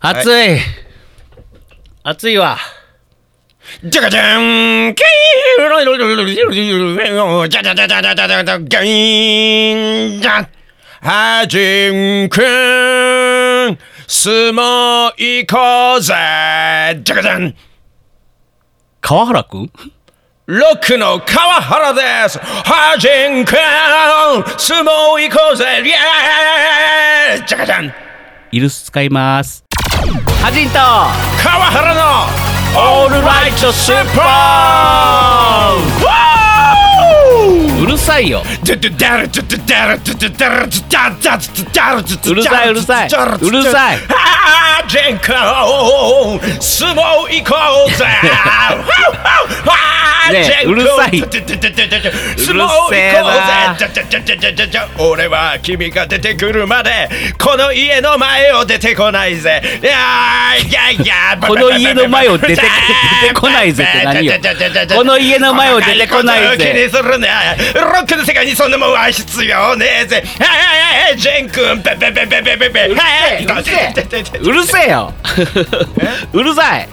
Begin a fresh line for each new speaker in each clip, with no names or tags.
暑い、暑いわ
じゃかじゃんキーじゃじゃじゃじゃじゃじゃじゃじゃガインじゃんはじんくん相撲行こうぜじゃかじゃん
川原くん
ロックの川原ですはじんくん相撲行こうぜイエーイじゃかじゃん
イルス使いますハジンと
川原のオールライトスーパー
うるさいよ
うる
さいうるさいうるさい
ああジェンコ相撲行こうぜ
ねえうるさい
相撲行こうぜ俺は君が出てくるまでこの家の前を出てこないぜいやいやいや
この家の前を出て出てこないぜって何よこの家の前を出てこないぜ
気にするねロックの世界にそんなもんは必要ねえぜはいはいはいジェン君ペペペペペペペ
うるせえうるせえうるせえようるさい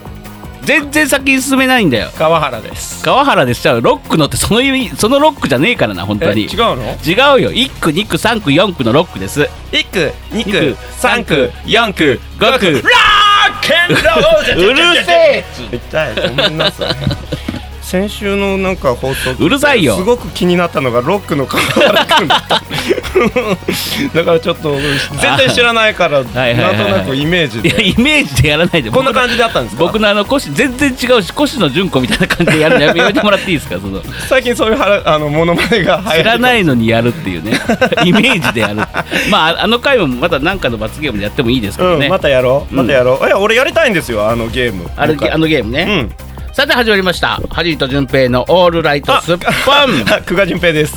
全然先に進めないんだよ
川原です
川原でしちゃうロックのってその意味そのロックじゃねえからな本当に
え違うの
違うよ1区2区3区4区のロックです
一区二
区三区
四区
五区
ロックンロール
うるせえ
痛いごめんなさい先週のなんか放送
うるさいよ
すごく気になったのがロックの川原君だっただからちょっと全然知らないから
はいはい
な
は
ん
い
となくイメージ
いや
で
イメージでやらないで
こんな感じだったんですか
僕のあの腰全然違うし腰の純子みたいな感じでやるのやめやめてもらっていいですかその
最近そういうはらあのモノマネが流行
知ら
い
ないのにやるって いうねイメージでやるまああの回もまた何かの罰ゲームでやってもいいですけど
う
ね、
んまたやろうまたやろういや俺やりたいんですよあのゲーム
あのあのゲーム
う
ね、
ん
さて始まりました「ハジーと淳平のオールライトスッポン」
あ 久我淳 平です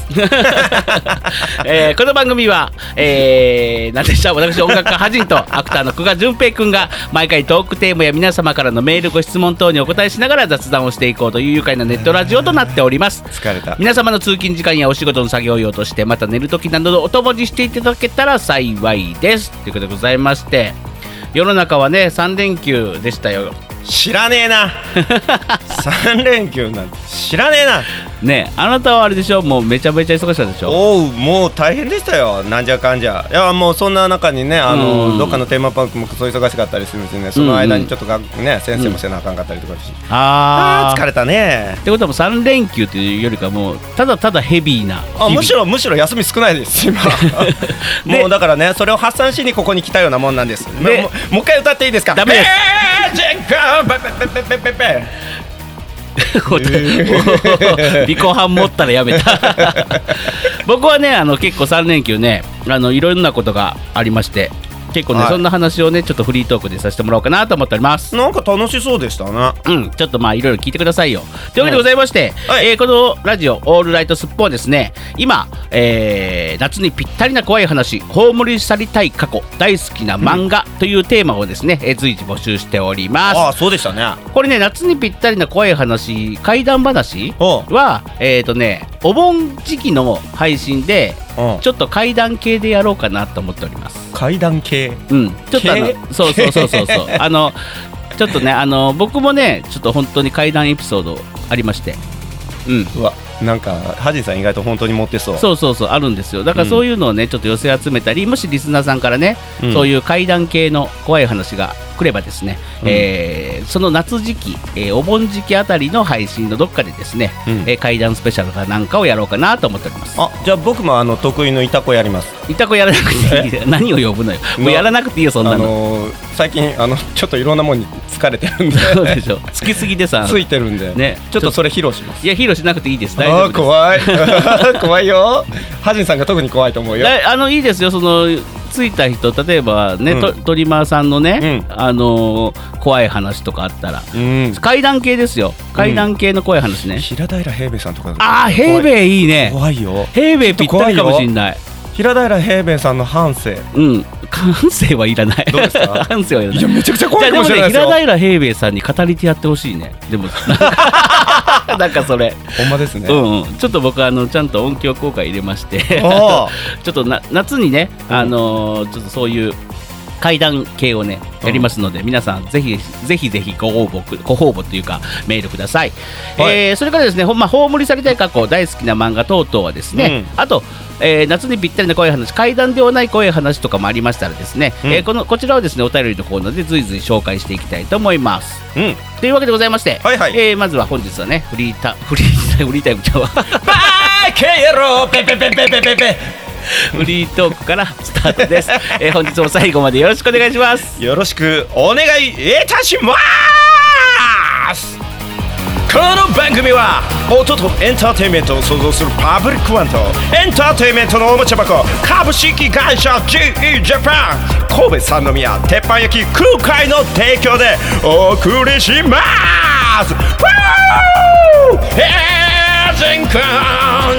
えーこの番組は、えー、なんでしょう私音楽家ハジンとアクターの久賀淳平くんが毎回トークテーマや皆様からのメールご質問等にお答えしながら雑談をしていこうという愉快なネットラジオとなっております
疲れた
皆様の通勤時間やお仕事の作業用としてまた寝る時などのお供にしていただけたら幸いですということでございまして世の中はね3連休でしたよ
知らね えな三連休なんて知らねえな
ねえあなたはあれでしょもうめちゃめちゃ忙しかったでしょ
おうもう大変でしたよなんじゃかんじゃいやもうそんな中にねあ
う
の
ん
どっかのテーマパークもクソ忙しかったりするしねその間にちょっとがね先生もせなあかんかったりとかし
あ
あー
あ
疲れたね
ってことはもう3連休というよりかもうただただヘビーな日々
あむしろむしろ休み少ないです今
で
もうだからねそれを発散しにここに来たようなもんなんですもうもう一回歌っていいですか
ダメです
えージェン君ペペペペペペペ
尾 行犯持ったらやめた 僕はねあの結構3連休ねあのいろんなことがありまして結構ね、
はい
そんな話をねちょっとフリートークでさせてもらおうかなと思っております
なんか楽しそうでしたな
うん、ちょっとまあいろいろ聞いてくださいよ。というわけでございまして、
うんはい
えーこのラジオ「オールライトスッポン」ですね今、えー夏にぴったりな怖い話「葬り去りたい過去大好きな漫画」というテーマをですね、えー随時募集しております。
ああそうでしたね
これね夏にぴったりな怖い話怪談話
おう
はえっ、とねお盆時期の配信で
うん
ちょっと怪談系でやろうかなと思っております
階段系
うんちょっとあの
系
そうそうそうそうそうあのちょっとねあの僕もねちょっと本当に怪談エピソードありましてうん
うわなんかハジンさん意外と本当に持ってそう
そうそうそうあるんですよだからそういうのをね、ちょっと寄せ集めたりもしリスナーさんからね、
うん
そういう怪談系の怖い話が来ればですね、
うん
えーその夏時期、えーお盆時期あたりの配信のどっかでですね、
うん
えー怪談スペシャルかなんかをやろうかなと思っております
あじゃあ僕もあの得意のいたこやります
いたこやらなくてい い何を呼ぶのよもうやらなくていいよそんな
あ
の
のー最近あのちょっといろんなもんに疲れてるん で
そうでしょつきすぎでさ
ついてるんで
ね
ちょっとそれ披露します
いや披露しなくていいです大丈
あ
夫
ー
です
怖い怖い よハジンさんが特に怖いと思うよ
だあのいいですよそのついた人例えばね、
うん
トトリマーさんのね、
う
あのー怖い話とかあったら
うん
階段系ですよ階段系の怖い話ね、
平平平平さんとか
ああ平米いいね
怖いよ
平米ぴったりかもしんない
平平平平さんの半生
うん感性はいらない
どうで すか
感性はいらない
いやめちゃくちゃ怖い
じ
か
ゃあ
もしれないです
でも
よ
ね平平平米さんに語り手やってほしいね でもなんかなんかそれ、
ほんまですね
うんうんちょっと僕あのちゃんと音響効果入れまして
おー
ちょっとな夏にね、あのーちょっとそういう階段系をねやりますので、皆さんぜひぜひぜひご応募くご応募というかメールください、
はい
えーそれからですねほん、まあ、葬り去りたい過去大好きな漫画等々はですね、あと、えー夏にぴったりな怖い話階段ではない怖い話とかもありましたらですね、
うん
えーこのこちらをですねお便りのコーナーで随々紹介していきたいと思います
うん
というわけでございまして、
はいはい
えーまずは本日はねフリー タフリータフリータイムちゃうわ
バーケロペペペペペペペ
フリートークからスタートです、 えー本日も最後までよろしくお願いします
よろしくお願いいたしますこの番組は音とエンターテインメントを創造するパブリックワンとエンターテインメントのおもちゃ箱株式会社 GE ジャパン神戸三宮鉄板焼き空海の提供でお送りしますわーヘージンコ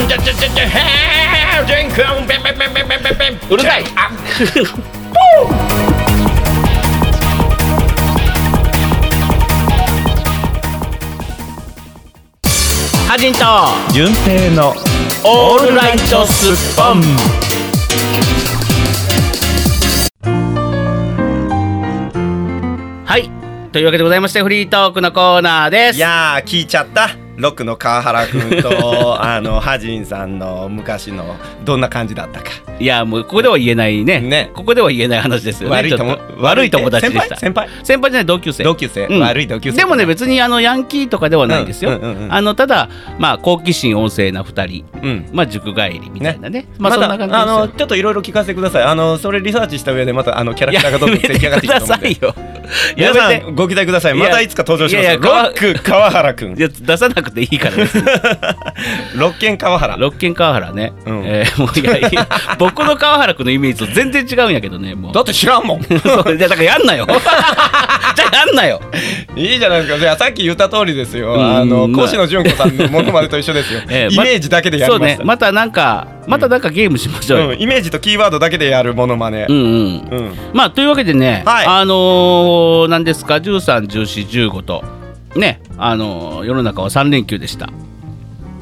ンジャジャジャジャヘージンコンベンベンベンベンベンベンベン
うるさい
あ
ハジンと
順平の
オールライトスッポンはいというわけでございましてフリートークのコーナーです
いやー聞いちゃったロックの川原 君とあのハジンさんの昔のどんな感じだったか
いやもうここでは言えないね
ね
ここでは言えない話ですよね
悪いとも
ちょっと悪い友達でした
先輩先
先輩じゃない同級生
同級生悪い同級生
でもね別にあのヤンキーとかではないですよ、
うんうんうんうん
あのただまあ好奇心旺盛な2人
輩うん
まあ塾帰りみたいなねまあそ
ま
ん
た
な感
あの
じですよ
ちょっといろいろ聞かせてくださいあのそれリサーチした上でまたあのキャラクターがどんどん出来上がってきたと思うんで
やめて
皆
くだ
さ
さいよやめ
んご期待くださいまたいつか登場します
いやいや
ロック川原君
ていや出さなくていいからです ね
ロッケン川原
六軒川原ね、
うん
えーもういやいや僕の川原君のイメージと全然違うんやけどねもう
だって知らんも ん
そうじゃあだからやんなよじゃあやんなよ
いいじゃないですかじゃあさっき言った通りですよ
うん
あの
まあ
越野純子さんのものまでと一緒ですよイ
ええ
メ
ま
ージだけでや
そ
り
う
ま
ね
した
またなんかまたなんかゲームしましょうよ、
うん、イメージとキーワードだけでやるモノマネ
う。んうん
うん。
まあというわけでね、
はい
あのー、何ですか131415とねあのー世の中は3連休でした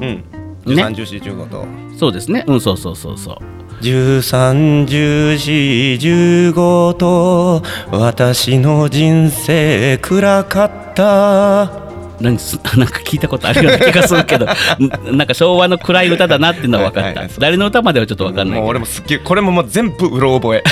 うん。十
ね
三十四十五と。
そうですねうんそうそうそうそう
十三十四十五と私の人生暗かった。
何す なんか聞いたことあるような気がするけど んなんか昭和の暗い歌だなっていうのは分か
は
っ
い
た、
はいそう
誰の歌まではちょっと分かんないけ
もう
ど
俺もすっげえこれももう全部うろ 覚え。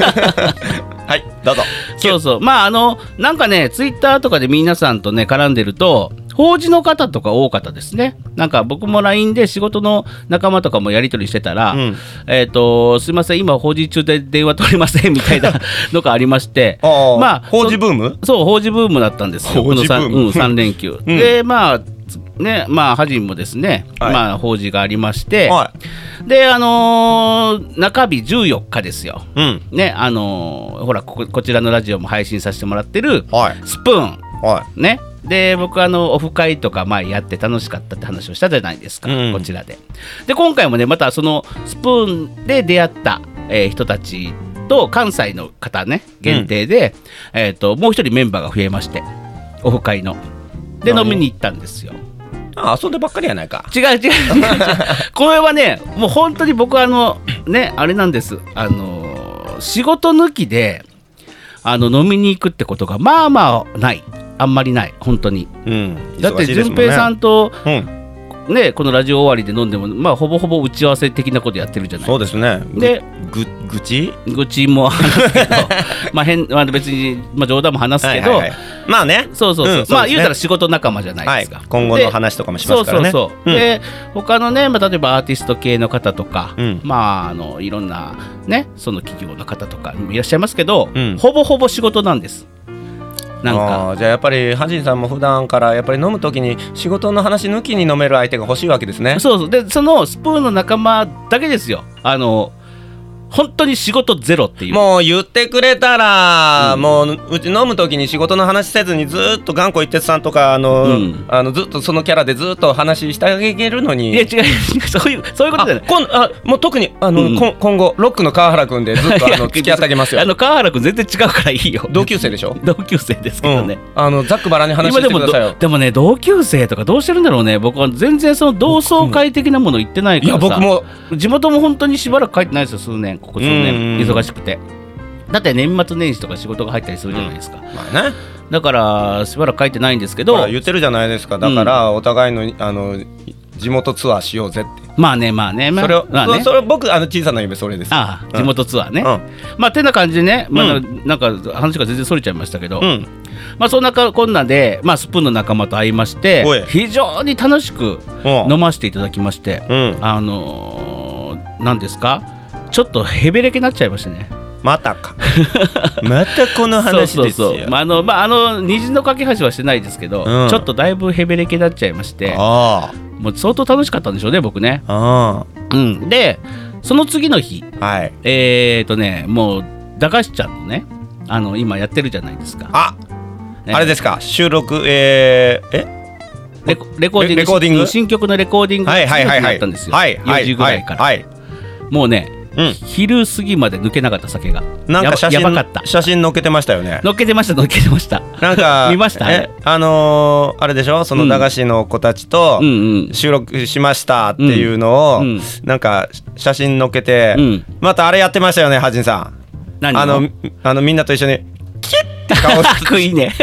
はいどうぞ。
そうそうまああのなんかねツイッターとかで皆さんとね絡んでると法事の方とか多かったですねなんか僕も LINE で仕事の仲間とかもやり取りしてたら、
うん
えっ、とすいません今法事中で電話取れませんみたい なのがありまして
あ
ま
あ。ま
あ
あ法事ブーム？
そう法事ブームだったんですよ
法事ブーム
この 3, うん、三連休、
うん
でまあねまあハジンもですね、
はい
まあ法事がありまして、
は
であのー中日14日ですよ
い。うん。
ねあのーほらこここちらのラジオも配信させてもらってる
はい
スプーン
は
ねで僕あのオフ会とか前やって楽しかったって話をしたじゃないですか、
うん
こちらでで今回もねまたそのスプーンで出会った、えー人たちと関西の方ね限定で、えー、ともう一人メンバーが増えましてオフ会ので飲
何
みに行ったんですよ
い。あ遊んでばっかりやないか。
違う違う違うこれはねもう本当に僕はあのねあれなんですあのー仕事抜きであの飲みに行くってことがまあまあないあんまりない本当に
うん。
だって
忙しいです
淳
もんね
平さん。と
うん。
ねこのラジオ終わりで飲んでもまあほぼほぼ打ち合わせ的なことやってるじゃな
そ
いう
ですね。
で
ぐぐ愚痴？
愚痴も話すけど まあ変、まあ、別に、まあ、冗談も話すけど、
はいはいはいまあね
そうそうそう、
うんそうですね
まあ言うたら仕事仲間じゃないですか、
はい今後の話とかもしますからね
でそうそうそう、
うん
で他のね、まあ、例えばアーティスト系の方とか、
うん
まああのいろんなねその企業の方とかいらっしゃいますけど、
うん
ほぼほぼ仕事なんですなんか
あーじゃあやっぱりハジンさんも普段からやっぱり飲むときに仕事の話抜きに飲める相手が欲しいわけですね
そうそうでそのスプーンの仲間だけですよあの本当に仕事ゼロっていう
もう言ってくれたら、
うん
もううち飲むときに仕事の話せずにずーっと頑固一徹さんとかあの、
うん
あのずっとそのキャラでずっと話してあげるのに
いや違う違う そういうそういうことじゃ
あ
ない
今あもう特にあの、
うん
こん今後ロックの川原君でずっとあの付き合ってあげます
あ
よ
の川原君全然違うからいいよ
同級生でしょ、
同級生です
う
けどね
ん、、あのざっくばらんに話して
で
く
も
だ
ど
さいよ
でもね同級生とかどうしてるんだろうね僕は全然その同窓会的なもの行ってないか
い
ら
や
さ
僕も
地元も本当にしばらく帰ってないですよ数年ここ数
うん
年
うん
忙しくてだって年末年始とか仕事が入ったりするじゃないですか、
まあね
だからしばらく書いてないんですけ
ほ
ど
ら言ってるじゃないですかだからお互いのあの地元ツアーしようぜって
まあねまあねまあ
それを、
まあね
そそれ僕あの小さな夢それです
ああ
うん
地元ツアーね、
う
まあてな感じでね、まあ
う
なんか話が全然それちゃいましたけど、
うん
まあそんなかこんなんで、まあ、スプーンの仲間と会いまして
おい
非常に楽しく
うん
飲ませていただきまして、
うん
あのー、なんですかちょっとヘベレケになっちゃいましたね。
ま たかまたこの話です
そうそう
よ
そう。まああのまああの虹の架け橋はしてないですけど、
うん
ちょっとだいぶヘベレケになっちゃいまして、
あ
もう相当楽しかったんでしょうね僕ね。
あ
う
あ
ん。でその次の日、
あはい
えーとねもう駄菓子ちゃんのねあの今やってるじゃないですか。
あ
ね
あれですか収録えー、え
レコレコーディング
レコーディング
新曲のレコーディング
はいはいはい
だ
は
っ
い
たんですよ。
はいは
4時
い
ぐ
は
ら
い
いから。
はい
もうね、
うん
昼過ぎまで抜けなかった酒が。
なんか写
や
真
ばやばかった。
写真載っけてましたよね
乗っけてました乗っけてました。
なんか
見ました
えあのー、あれでしょその駄菓子の子たちと
うんうん。
収録しましたっていうのを、
うんうん
なんか写真載っけて、
うん
またあれやってましたよねはじんさん
何
あのあのみんなと一緒にキュッて 顔 し
かっいいね。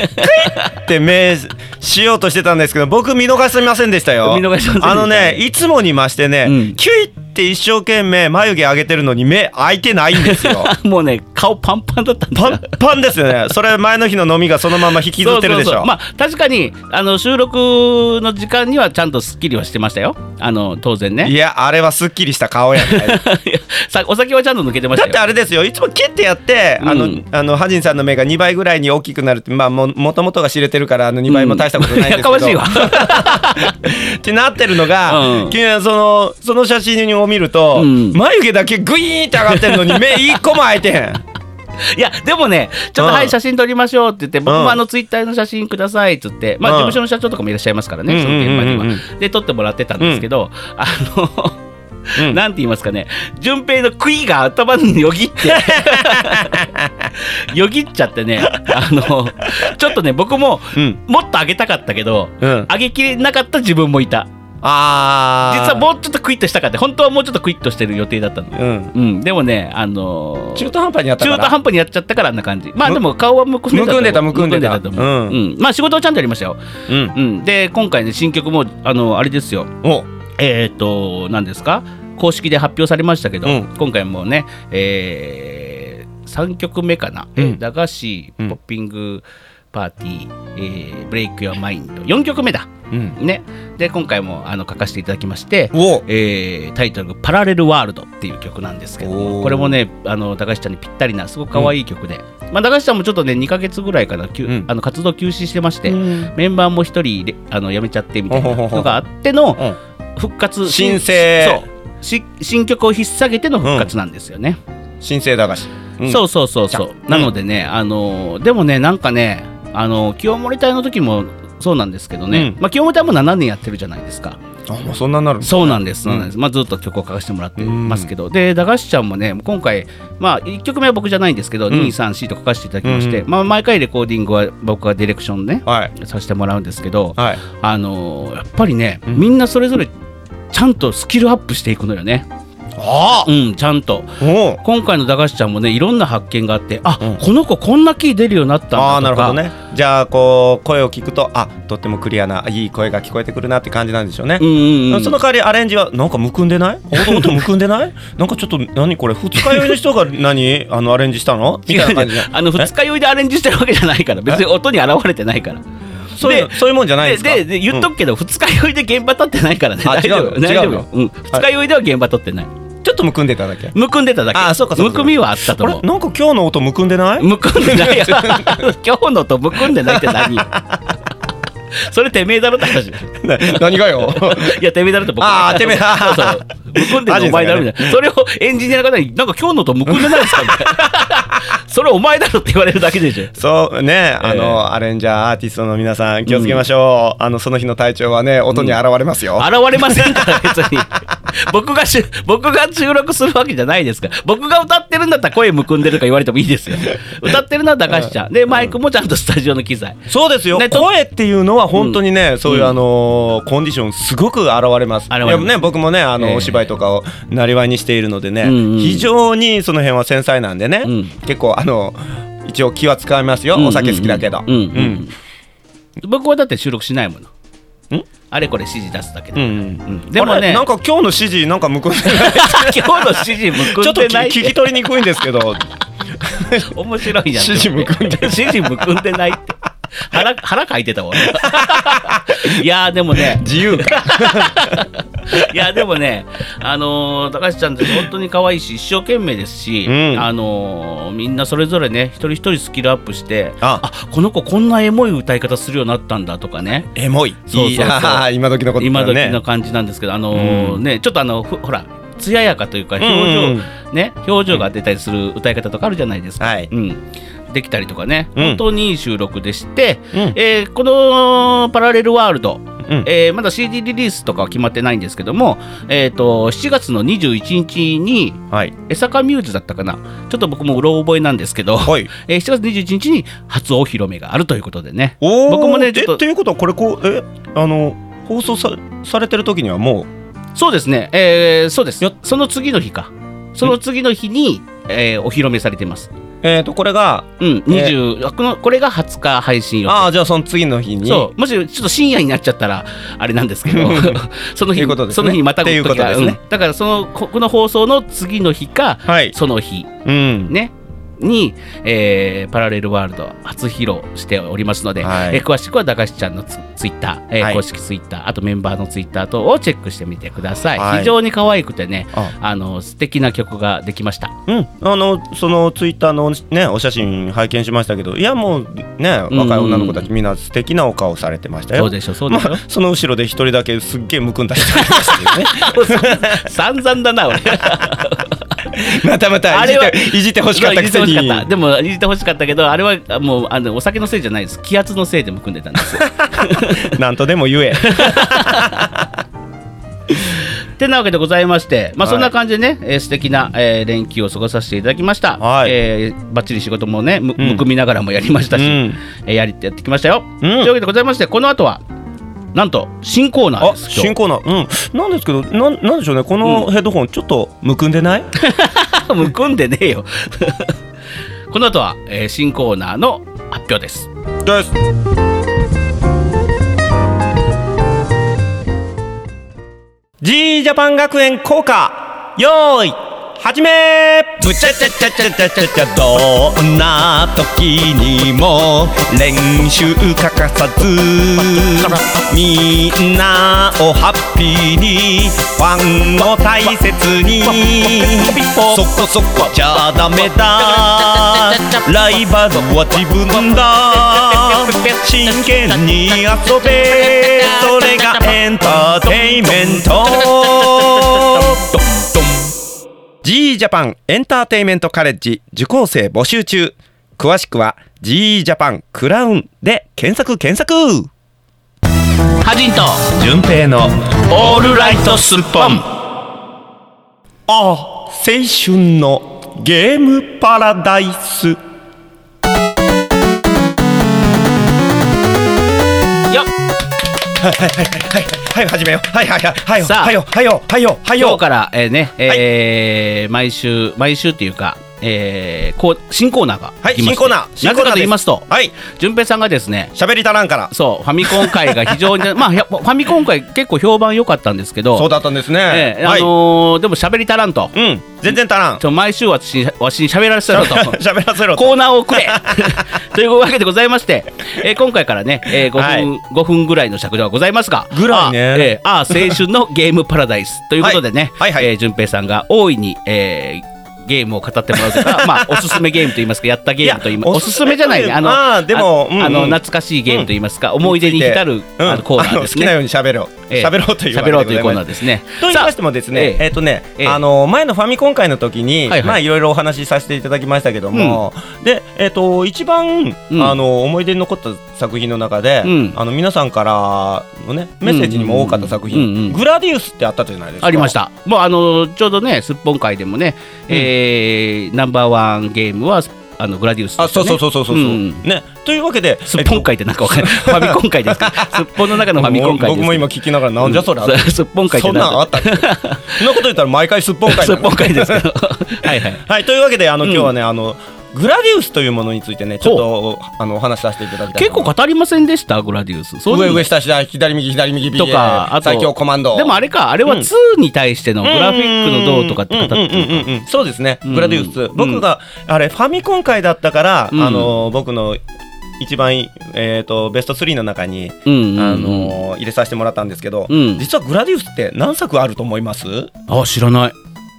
って目しようとしてたんですけど僕見逃せませんでしたよ
見逃せませんでした
あのねいつもに増してね、
うん
キュイって一生懸命眉毛上げてるのに目開いてないんで すよ
もうね顔パンパンだったんだ
パンパンですよねそれ前の日の飲みがそのまま引きずってるで
そう
しょ
そうそうまあ確かにあの収録の時間にはちゃんとスッキリはしてましたよあの当然
い
ね
やあれはすっきりした顔やね
さお酒はちゃんと抜けてまし
だ
た
って
よ
あれですよいつもキュッてやって、あ
う
の
ん
あのハジンさんの目が2倍ぐらいに大きくなるってまあももともとが知れてるからあの2倍も大したことないん
や
ですけど、
かましいわ
ってなってるのが、
うん
君はそのその写真を見ると、
うん
眉毛だけグイーンって上がってるの に目一個も開いてへん
いやでもねちょっと
うん
はい写真撮りましょうって言って僕
う
も
ん
あのツイッターの写真くださいっつってまあ
うん
事務所の社長とかもいらっしゃいますからねその現場に
うんうんうん
はで撮ってもらってたんですけどあの
う ん
なんて言いますかね順平の杭が頭によぎって よぎっちゃってねあのちょっとね僕も
うん
もっと上げたかったけど
うん
上げきれなかった自分もいた
あー
実はもうちょっとクイッとしたかって本当はもうちょっとクイッとしてる予定だったの
うん
うんでもねあのー
中途半端にやった
中
から
途半端にやっちゃったからあんな感じまあでも顔はむくんでたと思う
むくんでたむくんでた
むと思う、う
うん
まあ仕事はちゃんとやりましたよ、
うん
うん、で今回ね新曲もあのあれですよ
お
えっ、ー、と何ですか公式で発表されましたけど、
うん
今回もね、え3曲目かな、
うん
えー駄菓子ポ
うん
ッピングパーティー、えーブレイク・ヨア・マインド4曲目だ
うん
ねで今回もあの書かせていただきまして、
お
えータイトルが「パラレルワールド」っていう曲なんですけども
おー
これもねあの高橋ちゃんにぴったりなすごく可愛い曲で、まあ、高橋ちゃんもちょっとね2ヶ月ぐらいかな、きゅ
うん
あの活動休止してまして、
うん
メンバーも1人であの辞めちゃってみたいな
ほほ
の
ほほ
があっての
うん
復活
新生
そうし新曲を引っ提げての復活なんですよね、
新生駄菓子、うん
そうそうそうそう
じゃ
なのでね、あのでもねなんかねあの清盛隊の時もそうなんですけどね、
う
まあ、清盛隊も7年やってるじゃないですか
あもうそんなになるの
そうなんです、
うん
そうなんですまあ、ずっと曲を書かせてもらってますけど、で駄菓子ちゃんもね今回、まあ、1曲目は僕じゃないんですけど、
うん
234と書かせていただきまして、
う
まあ、毎回レコーディングは僕がディレクションね
はい
させてもらうんですけど、
はい
あのーやっぱりね、
うん
みんなそれぞれちゃんとスキルアップしていくのよね、
ああ
うん、ちゃんと
おう
今回の駄菓子ちゃんもねいろんな発見があってあ、
うん
この子こんなキー出るようになったんだとか
あーなるほどねじゃあこう声を聞くとあとってもクリアないい声が聞こえてくるなって感じなんでしょうね、
うんうんうん、
その代わりアレンジはなんかむくんで ないほとほとむくんでないなんかちょっと何これ二日酔いの人が 何あのアレンジしたのみたいな感じじゃん
あの二日酔いでアレンジしてるわけじゃないから別に音に現れてないから。
そういうのそういうもんじゃないんですか
ででで言っと
うん
くけど、二日酔いで現場立ってないからね
あ
大丈夫
違うの
大丈夫
違う
よ
の、
うん、二日酔いでは現場立ってない、
ちょっとむくんでただけ
むくんでただけ
あそうかそうか
むくみはあったと
あれ
思
な
うん
か今日の音むくんでない
むくんでないよ今日のとむくんでないって 何よそれてめえだろって話
な 何が よ
いやてめえだろって僕
あ ーてめえ
そうそうむくんでるのお前だろみたいなそれをエンジニアの方になんか今日のとむくんでないですかみたいな それお前だろって言われるだけでしょ
そうねあの、
ええ
アレンジャーアーティストの皆さん気をつけましょう、あのその日の体調はね音に現れますよ、
現れませんから別に 僕がし僕が収録するわけじゃないですから僕が歌ってるんだったら声むくんでるか言われてもいいですよ歌ってるのは高橋ちゃんでマイクもちゃんとスタジオの機材
そうですよ、
ねと
声っていうのは本当にね、そういう
うん
あのーコンディションすごく現れます。
現れ
い
ます
やね僕もねあの、
ええ
お芝輩とかをなりわいにしているのでね、
うんうん
非常にその辺は繊細なんでね、
うん
結構あの一応気は使いますよ、
うん
お酒好きだけど、
うんうん僕はだって収録しないもの
ん
あれこれ指示出すだけ
うんう
で、
ん
うんでも
あれ
ね
なんか今日の指示なんか向こう
今日の指示む
ち
く
ょっ
ん
と
でない
聞き聞き取りにくいんですけど
面白いやん
指示むくんで
指示むくんでないって腹腹かいてたわ 俺いやーでも ね
自由 か
いやでもね、あのー高橋ちゃんって本当に可愛いし一生懸命ですし、
うん
あのーみんなそれぞれね一人一人スキルアップして
あ
この子こんなエモい歌い方するようになったんだとかね
エモい
そうそうそう
いやー今時のことだね
今時の感じなんですけど、あのー
うん
ねちょっとあのふほら艶やかというか
うん
表情、
うん
ね表情が出たりする歌い方とかあるじゃないですか。
はい
うんできたりとかね、
うん
本当にいい収録でして、
うん
えーこの「パラレルワールド」
うん
えーまだ CD リリースとかは決まってないんですけども、えー、と7月の21日に
はい
江坂ミューズだったかなちょっと僕もうろ覚えなんですけど、
はい
えー7月21日に初お披露目があるということでね
おー
僕もねちょっ
え
と
っていうことはこれこうえあの放送さされてる時にはもう
そうですね、えーそうですよその次の日かその次の日に、えーお披露目されてます
えっ、とこれが
うん20、あこのこれが20日配信予定
ああじゃあその次の日に
そうもしちょっと深夜になっちゃったらあれなんですけど その
とい
日
うことですね
その日にまたぐ時が
っていうことですね
うんだからそのここの放送の次の日か
はい
その日
うん
ねに、えーパラレルワールド初披露しておりますので、
はい
えー詳しくは駄菓子ちゃんのツツイッター、えー
はい
公式ツイッターあとメンバーのツイッター等をチェックしてみてください、
はい
非常に可愛くてね
あ
あの素敵な曲ができました
うんあのそのツイッターのねお写真拝見しましたけどいやもうね
うん
若い女の子たちみんな素敵なお顔されてましたよ
そうでしょそうで
ま
しょ、
あその後ろで一人だけすっげえむくんだ人がいましたけどね
散々だな俺
またまた
あ
いじ
れは
っていじってほしかったくせ
いじってほ
に
しかったでもいじってほしかったけどあれはあもうあのお酒のせいじゃないです気圧のせいでむくんでたん ですよ
なんとで も言え
てなわけでございましてまあ
はい
そんな感じでね、えー素敵な、えー連休を過ごさせていただきました、
はい
えーばっちり仕事もねむ,、
うん
くみながらもやりましたし、
うん
えーやりやってきましたよ、
う
とい
ん
うわけでございましてこの後はなんと新コーナー
あ
です
新コーナーうんなんですけどなんなんでしょうねこのヘッドホンちょっとむくんでない
今日 むくんでねえよこの後は、えー新コーナーの発表です
です「G ジャパン学園効果」よーい始めぶちゃちゃちゃちゃちゃちゃちゃどんな時にも練習欠かさずみんなをハッピーにファンを大切にそこそこじゃダメだライバルは自分だ真剣に遊べそれがエンターテインメントドンドン G ジャパンエンターテインメントカレッジ受講生募集中詳しくは G ジャパンクラウンで検索検索
ハジンと
順平の
オールライトスッポン
あ青春のゲームパラダイス
よっ
はいはい始めようはいはいはいはい
さあ
はいよはいよはいよはい
今日
よ
から、えーね、えー毎週毎週っていうか、えーこう新コーナーが
はい
来まし
新
て
コーナー新
なぜかと
コーナーで
言いますと、
はい
順平さんがですね
喋り足らんから
そうファミコン界が非常 にまあやっぱファミコン界結構評判良かったんですけど
そうだったんですね
えー
は
あ
い
のーでも喋り足らんと、ち
うん全然足らん
ょ毎週は私にわしに喋らせろと
喋らせろ
コーナーをくれというわけでございまして、えー今回からね、えー、5, 分
はい
5分ぐらいの尺度はございますが
ぐらいね
あ,、えーあー青春のゲームパラダイスということでね、
はいはいはい
えー順平さんが大いに、えーゲームを語ってもらうという か、まあ、おすすめゲームといいますかやったゲームといいます
いや
おすすめじゃないねあの
まあでも
あ
うんうん
あの懐かしいゲームといいますか、思い出に浸る、
うん
あのコーナーです
あの好きなよ
ね。
うに喋ろう
えー
喋ろうというわ
喋
けで
ろうと
ござ
いう
い
コー
ま
ナー
す
ですね。
と言いましてもですね、
さあ
えっ、とね、
ええ
あの前のファミコン会の時
は
に、
いはい
まあいろいろお話しさせていただきましたけども、で、えっ、と一番、
うん
あの思い出に残った作品の中で、
うん
あの皆さんからのねメッセージにも多かった作品、
うんうんうんうん
グラディウスってあったじゃないですか。
ありまし。た。もうあのちょうどね、すっぽん会でもね、えーナンバーワンゲームはあのグラディウスですよ
あ
ね、
そうそうそうそうそう、
ん
ねというわけです
っぽん会ってなんかわ かんない。ファミコン会ですか。すっぽんの中のファミコン会です。
僕も今聞きながらなんじゃそりゃ、
うん すっぽん会って
そんなんあったっけそんな こと言ったら毎回すっぽん会
す
だ
っぽん会ですけど。はいはい。
はいというわけであの今日はね、あのグラディウスというものについてねちょっとあのお話しさせていただきたい
結構
か
語りませんでしたグラディウス。そう
上上下下左右左右
とか、あ
BA
と
最強コマンド
でもあれか、あれは2に対してのグラフィックのどうとかって語って
うんうん
る。
うんうんそうですね
うん
グラディウス、僕があれファミコン会だったから、
うん
あの僕の一番、えー、とベスト3の中に、
うんうん
あの入れさせてもらったんですけど、
うん
実はグラディウスって何作あると思います
あ知らない。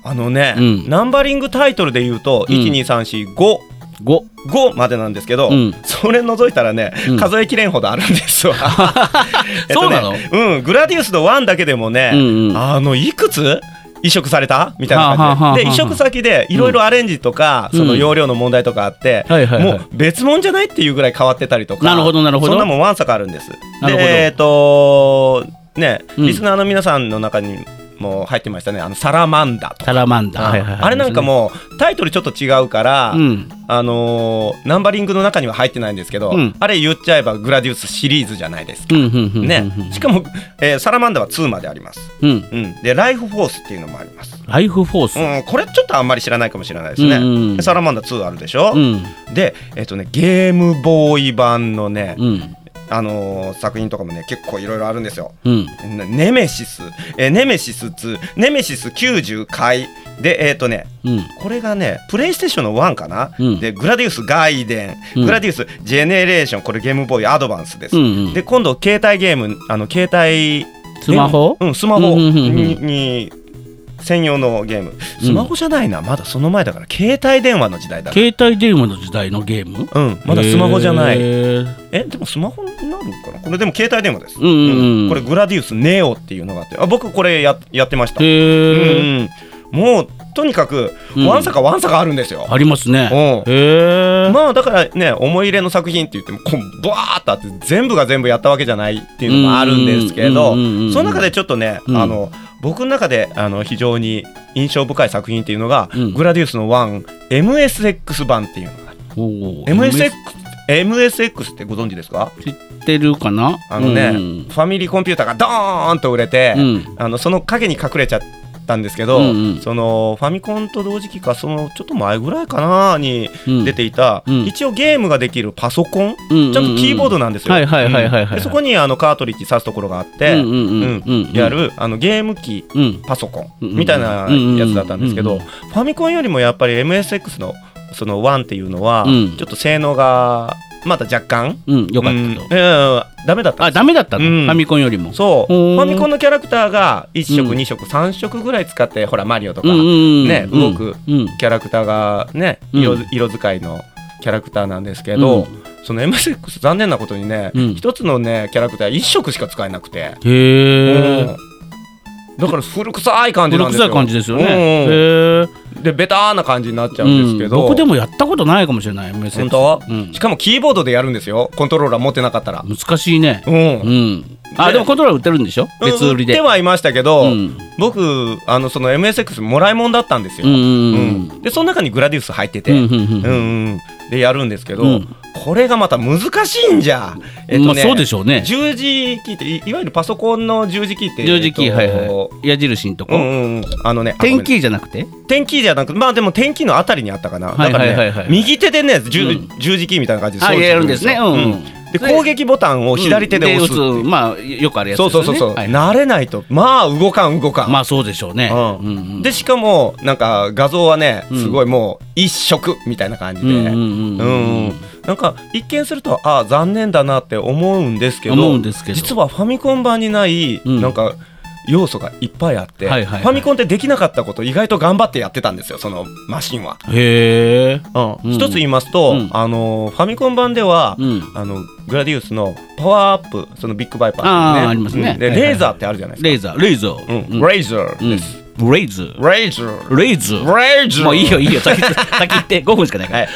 あのね、
うん
ナンバリングタイトルで言うと、
うん
12345
5。
5までなんですけど、
うん
それ除いたらね、
うん
数えきれんほどあるんで すわ。えっ
そう
とね
なの
うん、グラディウスの1だけでもね、
うんうん
あのいくつ移植されたみたいな
はあはあはあ
感じ
は
でで
あ
移植先でいろいろアレンジとか、
うん
その容量の問題とかあって、
はいはいはい
もう別物じゃないっていうぐらい変わってたりとか
なるほどなるほど
そんなもんワンサかあるんです。
なるほど
でえっ、とね、
うん
リスナーの皆さんの中にも入ってましたねあのサラマンダとか。
サラマンダー。はいはいはい
あれなんかもうタイトルちょっと違うから、
うん。
あのーナンバリングの中には入ってないんですけど、
うん
あれ言っちゃえばグラディウスシリーズじゃないですか。
うんうんうんうんうん。
ね、しかも、えーサラマンダは2まであります。
うん。
うん、でライフフォースっていうのもあります。
ライフフォース
う。ん、これちょっとあんまり知らないかもしれないですね。
うん
でサラマンダ2あるでしょ、
うん。
で、えっとね、ゲームボーイ版のね、
うん。
あのー作品とかもね結構いろいろあるんですよ。
うん。
ねネメシス、えーネメシス2、ネメシス90回で、えっ、とね、
うん。
これがねプレイステーションの1かな、
うん
でグラディウスガイデン、
うん
グラディウスジェネレーションこれゲームボーイアドバンスです、
うんうん
で今度携帯ゲームあの携帯
スマホ
うんスマホ
うんう
に,、
んうんうん
に専用のゲームスマホじゃないな、まだその前だから携帯電話の時代だな
携帯電話の時代のゲーム
うん、まだスマホじゃな
へ
い
ー
えでもスマホになるかなこれでも携帯電話です、
うんうんうん
これグラディウスネオっていうのがあってあ僕これややってました、う
へー
んもうとにかく、
うん
わんさかわんさかあるんですよ
ありますね。
う
へー
まあだからね思い入れの作品って言ってもこうバーッとあって全部が全部やったわけじゃないっていうのもあるんですけど
う
そ
んうんうんうんうん
の中でちょっとね、
うん
あの僕の中であの非常に印象深い作品っていうのが「
うん
グラディウスの 1MSX 版」っていうのがある
おー
MSX, MSX ってご存知ですか
知ってるかな
あのね、
うん
ファミリーコンピューターがドーンと売れて、
うん
あのその影に隠れちゃったんですけど、
うんうん
そのファミコンと同時期かそのちょっと前ぐらいかなに
うん
出ていた、
うん
一応ゲームができるパソコン、
うんうんうん
ちゃんとキーボードなんですよ。
はいはいはいはいはい
うんでそこにあのカートリッジ挿すところがあって、
うんうんうんうん
うんやるあのゲーム機
うん
パソコン
うん
みたいなやつだったんですけ
う
ど、
んうん
ファミコンよりもやっぱり MSX のその1っていうのは、
うん
ちょっと性能がまだ若干
うんよかっ
うん
たと。
うんダメだったん
あ
です
ダメだったの
う
フ
ん
ァミコンよりも。
そう
ほー
ファミコンのキャラクターが1色、
うん
2色3色ぐらい使ってほらマリオとか、
うんうんうん
ね動く
うん
キャラクターがね
うん
色,、色使いのキャラクターなんですけど、
うん
その MSX 残念なことにね
うん
一、つのねキャラクター1色しか使えなくて、
へー
うんだから古臭い感じ
古
なんですよ
臭い感じですよね。
うんうん
へー
でベターな感じになっちゃうんですけど、
うん僕でもやったことないかもしれない。
本当、
うん
しかもキーボードでやるんですよコントローラー持ってなかったら、
難しいね。
うん
うん。あ
ね
でもコントローラー売ってるんでしょ別売り
売っ
で
て。はいましたけど、
うん
僕あのその MSX もらいもんだったんですよ、
うんうんう
うんんでその中にグラディウス入ってて、
う
うん
う
ん
ん
う
うん
ん、でやるんですけど、
うん
これがまた難しいんじゃ、
まあそうでしょうね。
十字キーっていいわゆるパソコンの十字キーって
十字キー、
えっと
はいはい。矢印のとこ。
うんうんうんあのねあ
点キーじゃなくて
ごめん点キーじゃなくまあでも点キーのあたりにあったかな、
はいはいはいはい
だからね右手でね十,、
うん
十字キーみたいな感じで
あ
操作
やるんですね。
よ
うん
うん。で攻撃ボタンを左手で押すっていう
うんでまあよくあるやつで
そう
すよ
そう
ね。
そうそう、
はい
慣れないとまあ動かん動かん、
まあそうでしょうね。
うん
うんうん
でしかもなんか画像はね
うん
すごいもう一色みたいな感じ
う
で、
んうんうん
うんなんか一見するとああ残念だなって思うんですけど
思うんですけど
実はファミコン版にない
うん
なんか要素がいっぱいあって、
はいはいはい
ファミコンってできなかったこと意外と頑張ってやってたんですよそのマシンは。
へえ。
うん
うん
一つ言いますと、
うん
あのファミコン版では、
うん。
あのグラディウスのパワーアップそのビッグバイパー
あーありますね
うんで
はいはい
レーザーってあるじゃないです
レーザー、レーザ
か、
ー。
うんレーザーです、
うんレーザー。
レーザー
レーザー。
レーザー
もういいよいいよ。 先先行って5分しかないから。
はい、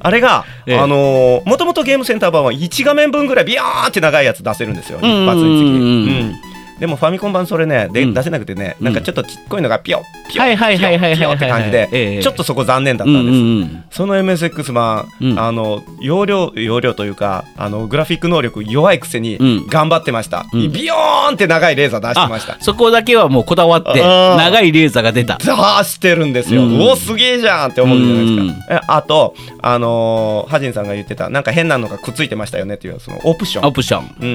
あれが、
ええ
あのーもともとゲームセンター版は1画面分ぐらいビヨーンって長いやつ出せるんですよ、
うんうんうん
一発につき。うんでもファミコン版それねで、
うん
出せなくてね
うん
なんかちょっとちっこいのがピョッピョ
はいはい
ッピ
は
ョ
いはい
ッ
はい
ピ
はい
ョ
は
ッ
い
って感じ
ええ
でちょっとそこ残念だった
うんん
で
う
す、
んうん
その MSX 版、
うん
あの容量容量というかあのグラフィック能力弱いくせに
うん
頑張ってました、
うん
ビヨーンって長いレーザー出してました
あそこだけはもうこだわって
あー
長いレーザーが出た
ザーしてるんですよ、
う
うんおすげえじゃんって思うじゃないですか、えあとあのーハジンさんが言ってたなんか変なのがくっついてましたよねっていうそのオプショ
オ
ン
プション
うん
う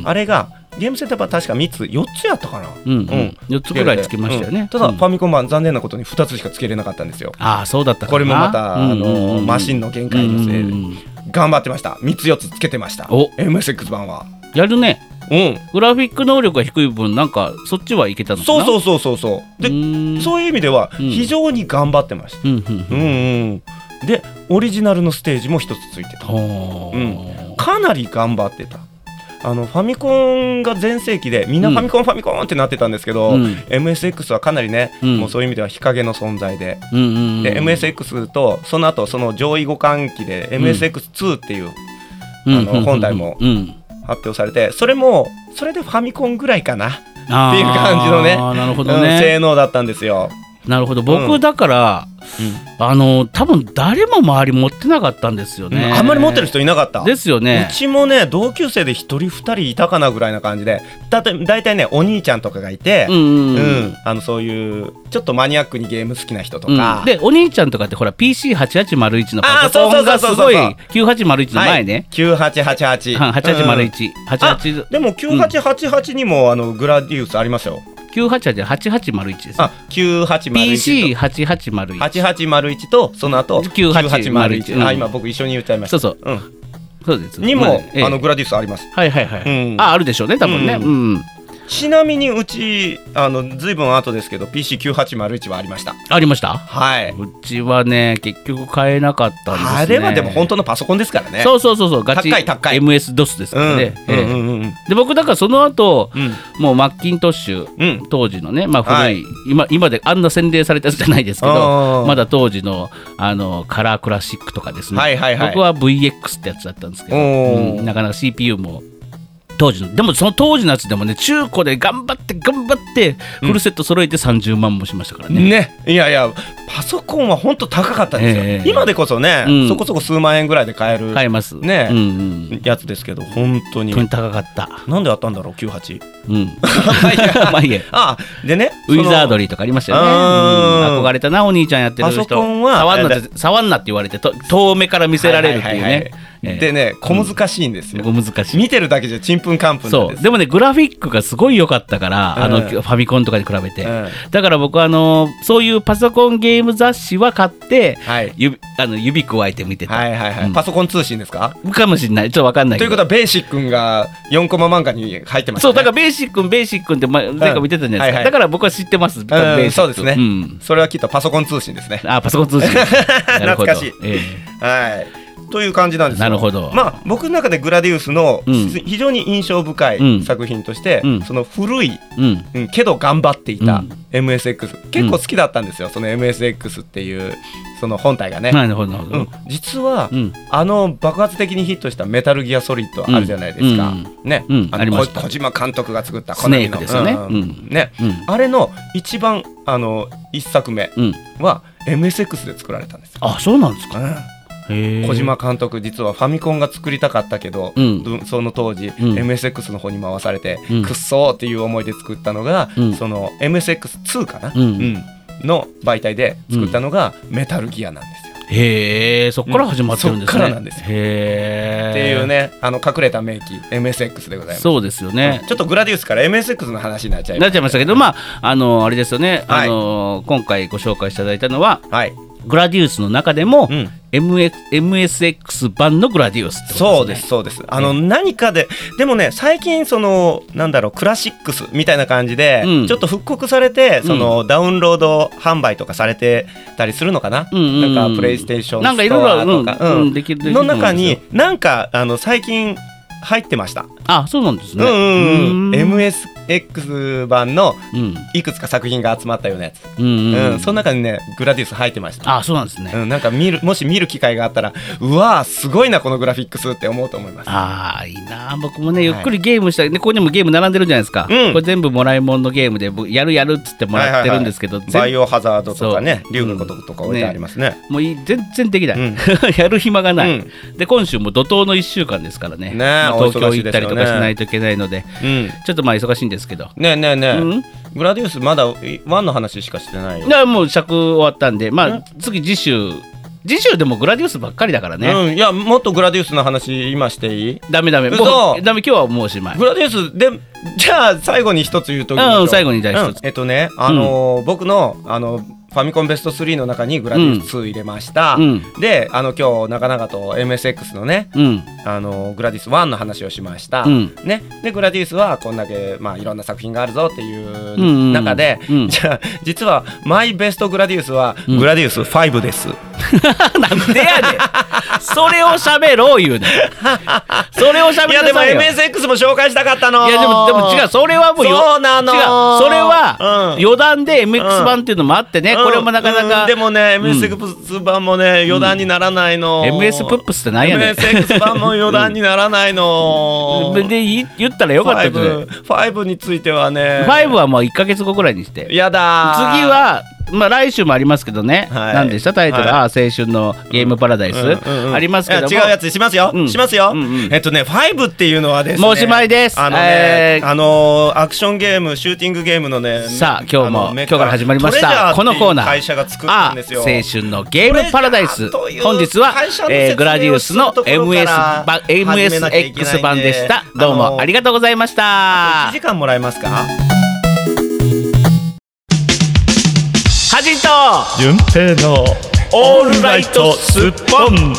ん
あれがゲームセンター版確か3つ4つやったかな
うんうんうん4つぐらいつけましたよ
うん
ね
ただ
う
フ
ん
ァミコン版残念なことに2つしかつけれなかったんですよ
ああそうだったかな
これもまた、あのーマシン
の
の限界のせいで頑張ってました3つ4つつけてました
お
MSX 版は
やるね
うん
グラフィック能力が低い分なんかそっちはいけたのかな
そうそううそうそうそうで
ーん
そういう意味では
うん
非常に頑張ってまし
う
た
んうん
うんうん、でオリジナルのステージも一つついてた
ほー
かなり頑張ってたあのファミコンが全盛期でみんな
うん
ファミコン、ファミコンってなってたんですけど、
うん
MSX はかなりね、
うん
もうそういう意味では日陰の存在で,、
うんうんうん
で MSX とその後その上位互換機で MSX2 っていう
うん
あの
うんうん
本体も
うん
発表されてそれもそれでファミコンぐらいかな、
あー
っていう感じのね
なるほ
う
ど
ん性
ね
能だったんですよ。
なるほど
う
僕
ん
だからあの多分誰も周り持ってなかったんですよ
うん
ね
あんまり持ってる人いなかった。
ですよね
うちもね同級生で一人二人いたかなぐらいな感じでだた大体ねお兄ちゃんとかがいて、
うんうんうん
うんあのそういうちょっとマニアックにゲーム好きな人とか、
うん、でお兄ちゃんとかってほら PC8801 のパ
あー
ソコンがす
そうそ
ご
うそうそう
い
そう
9801の前ね、は
9888、
い、
うん
8801、
あ
88
でも9888にも、あのグラディウスありますよ
98で8801です
あ9801
PC8801
8801とその後
9801
あ
うん
今僕一緒に言っちゃいまし
そ
た
うそう
うん
そうです
にも、
ええ
あのグラディウスあります
はいはいはい、
うん
ああるでしょうね多分ね
うん
うん、
ちなみにうちあのずいぶん後ですけど PC9801 はありました
ありました
はいう
ちはね結局買えなかったんですね
あれはでも本当のパソコンですからね。
そうそうそうそうガチ
高い高い
MS ドスですから
うんうん
ね、
う
ええ
んうんうん
で僕だからその後
うん
もうマッキントッシュ
うん
当時のね、まあ、古い、
はい
今今であんな洗礼されたやつじゃないですけ
あ
ど
ー
まだ当時のあのカラークラシックとかですね、
はいはいはい
僕は VX ってやつだったんですけど、
おー
うんなかなか CPU も当時のでもその当時のやつでもね中古で頑張って頑張ってフルセット揃えて30万もしましたからね。
ね、いやいやパソコンは本当高かったんですよ、
ええ
今でこそね、
うん
そこそこ数万円ぐらいで買える
買えます
ね
うんうん、本
やつですけど本当に
当に高かった。
なんであったんだろう98
うん、まあいいや
あでね
ウィザード
リ
リーとかありましたよ
う
ね。
ーん
うん憧れたなお兄ちゃんやってる人。
パソコンは
触んな
え
って触んなって言われてと遠目から見せられるっていうね。ええ
でね小難しいんですよ、
僕難しい。
見てるだけじゃちんぷんかんぷんな
そ
んで
う
す
でもねグラフィックがすごい良かったから、
うん
あのファミコンとかに比べて、
うん
だから僕あのそういうパソコンゲーム雑誌は買って
はい
指あの指くわえて見てた、
はいはいはい、
うん
パソコン通信ですか
かもしれないちょっとわかんない
とい
け
う
ど
ことはベーシックンが4コマ漫画に入ってまし
そ
た、ね、
うだからベーシックンベーシックンって前前回見てたじゃないですか、
はいはい
だから僕は知ってます、ベーシックン
そうですね
ん
それはきっとパソコン通信ですね
あパソコン通 信なるほど
懐かしい
え
はい。という感じなんですよ
なるほど
まあ僕の中でグラディウスの、
うん
非常に印象深
う
い
ん
作品として、
うん
その古い、
えうん
うん、けど頑張っていた
うん
MSX、結構好きだったんですよその MSX っていうその本体がね。
なるほどなるほ
う
ど、
ん、実は、
うん
あの爆発的にヒットした「メタルギアソリッド」あるじゃないですか、
うん
ね、
うん
あの
ありました
こ小島監督が作った
スネークですよね
好みの
うん
ね
うん
あれの一番あの一作目
うん
は MSX で作られたんですよ。
あそうなんですか
うん
へえ
小島監督実はファミコンが作りたかったけど、
うん
どその当時、
ん
MSX の方に回されて、
うん
くっそーっていう思いで作ったのが、
うん
その MSX2 かな、
うん
うんの媒体で作ったのが、メタルギアなんですよ。
へえそっから始まってるんですね、
うんそっからなんですよ
へえ
っていうねあの隠れた名機 MSX でございます。
そうですよね。
ちょっとグラディウスから MSX の話になっちゃい
な
ま
っ
す。
ちゃいましたけど、まあ、あのあれですよね、
は
あ
い
の今回ご紹介していただいたのは
はい、
グラディウスの中でも、
うん
MX MSX 版のグラディウスってこと
そうですそうですあの何かででもね最近そのなんだろうクラシックスみたいな感じで、
うん
ちょっと復刻されてその、ダウンロード販売とかされてたりするのかな、
うんうんうん
なんかプレイステーション
なんか
ス
いろい
ト
ろ
アとか
うん
うん
うんできるできると
の
思うんですよ
中になんかあの最近入ってました
あそうなんです
う
ね。
んうんう
う
ん
ーん
MS X 版の
うん
いくつか作品が集まったようなやつ、
うん
うん
うん
その中にねグラディウス入ってました
あそうなんですね、
うん、なんか見るもし見る機会があったらうわーすごいなこのグラフィックスって思うと思います
ああいいな僕もねゆっくりゲームしたい、でここにもゲーム並んでるじゃないですか、
うん
これ全部もらいもんのゲームで僕やるやるっつってもらってるんですけど、全
バイオハザードとかね
そう
竜のこととか置いてありますね
もういい全然できない、
うん
やる暇がない、
う
で今週も怒涛の1週間ですからね
ねえ
まあ
お
東京
忙しい
行った
で
り
すよね
とかしないといけないので
うん
ちょっとまあ忙しいんですけど
ねえねえねえ、
うん
グラディウスまだワンの話しかしてないよ、
だからもう尺終わったんでまあ次次週次週でもグラディウスばっかりだからね、
うんいやもっとグラディウスの話今していい
ダメダメも
嘘
うダメ今日はもうおしまい
グラディウスでじゃあ最後に一つ言うとき
うん最後にじゃあ一つ
えっとねあのー僕のあのファミコンベスト3の中にグラディウス2入れました、
うん
であの今日長々と MSX のね
うん
あのグラディウス1の話をしました、
うん
ね、でグラディウスはこんだけ、まあ、いろんな作品があるぞってい
んうん
う中で、
うん
じゃあ実はマイベストグラディウスは
ん
グラディウス5です、
なんでやねんそれを喋ろう言うねんそれを喋
い
り
や
な
でも
さいよ
MSX も紹介したかったの
いやでもでも違うそれはもうよ
そうなの
違うそれは
うん
余談で MX 版っていうのもあってね、
うん
これもなかな
うん
か、
でもね MSX 版もね余談にならないの、
MS プップスってなんやねん
MSX 版も余談にならないの
で言言ったらよかったけど
5 5についてはね
5はもう1か月後ぐらいにして次
やだー
はまあ来週もありますけどね、
はい
何でしたタイトル、
はい
ああ青春のゲームパラダイス、
うんうん
ありますけども
いや違うやつしますよ、
うん
しますよ、
うんうん
えっとね5っていうのはですね
もうおしまいです
あのね、
えー
あのーアクションゲームシューティングゲームのね
さあ今日も
あの
今
メー
日
カー
から始まりまし
トレジャー
た
って
このコーナー
いう会社が作ったんですよ
ああ青春のゲームパラダイス
トレジャーという
本日は
会社の、
えー
説明を
グラディウスの
するところ
MS
から
版
始めなきゃいけない
MSX
んで
版でしたどう
あの
も
ー
ありがとうございました
1時間もらえますか
カジンと
順平の
オールライトスッポン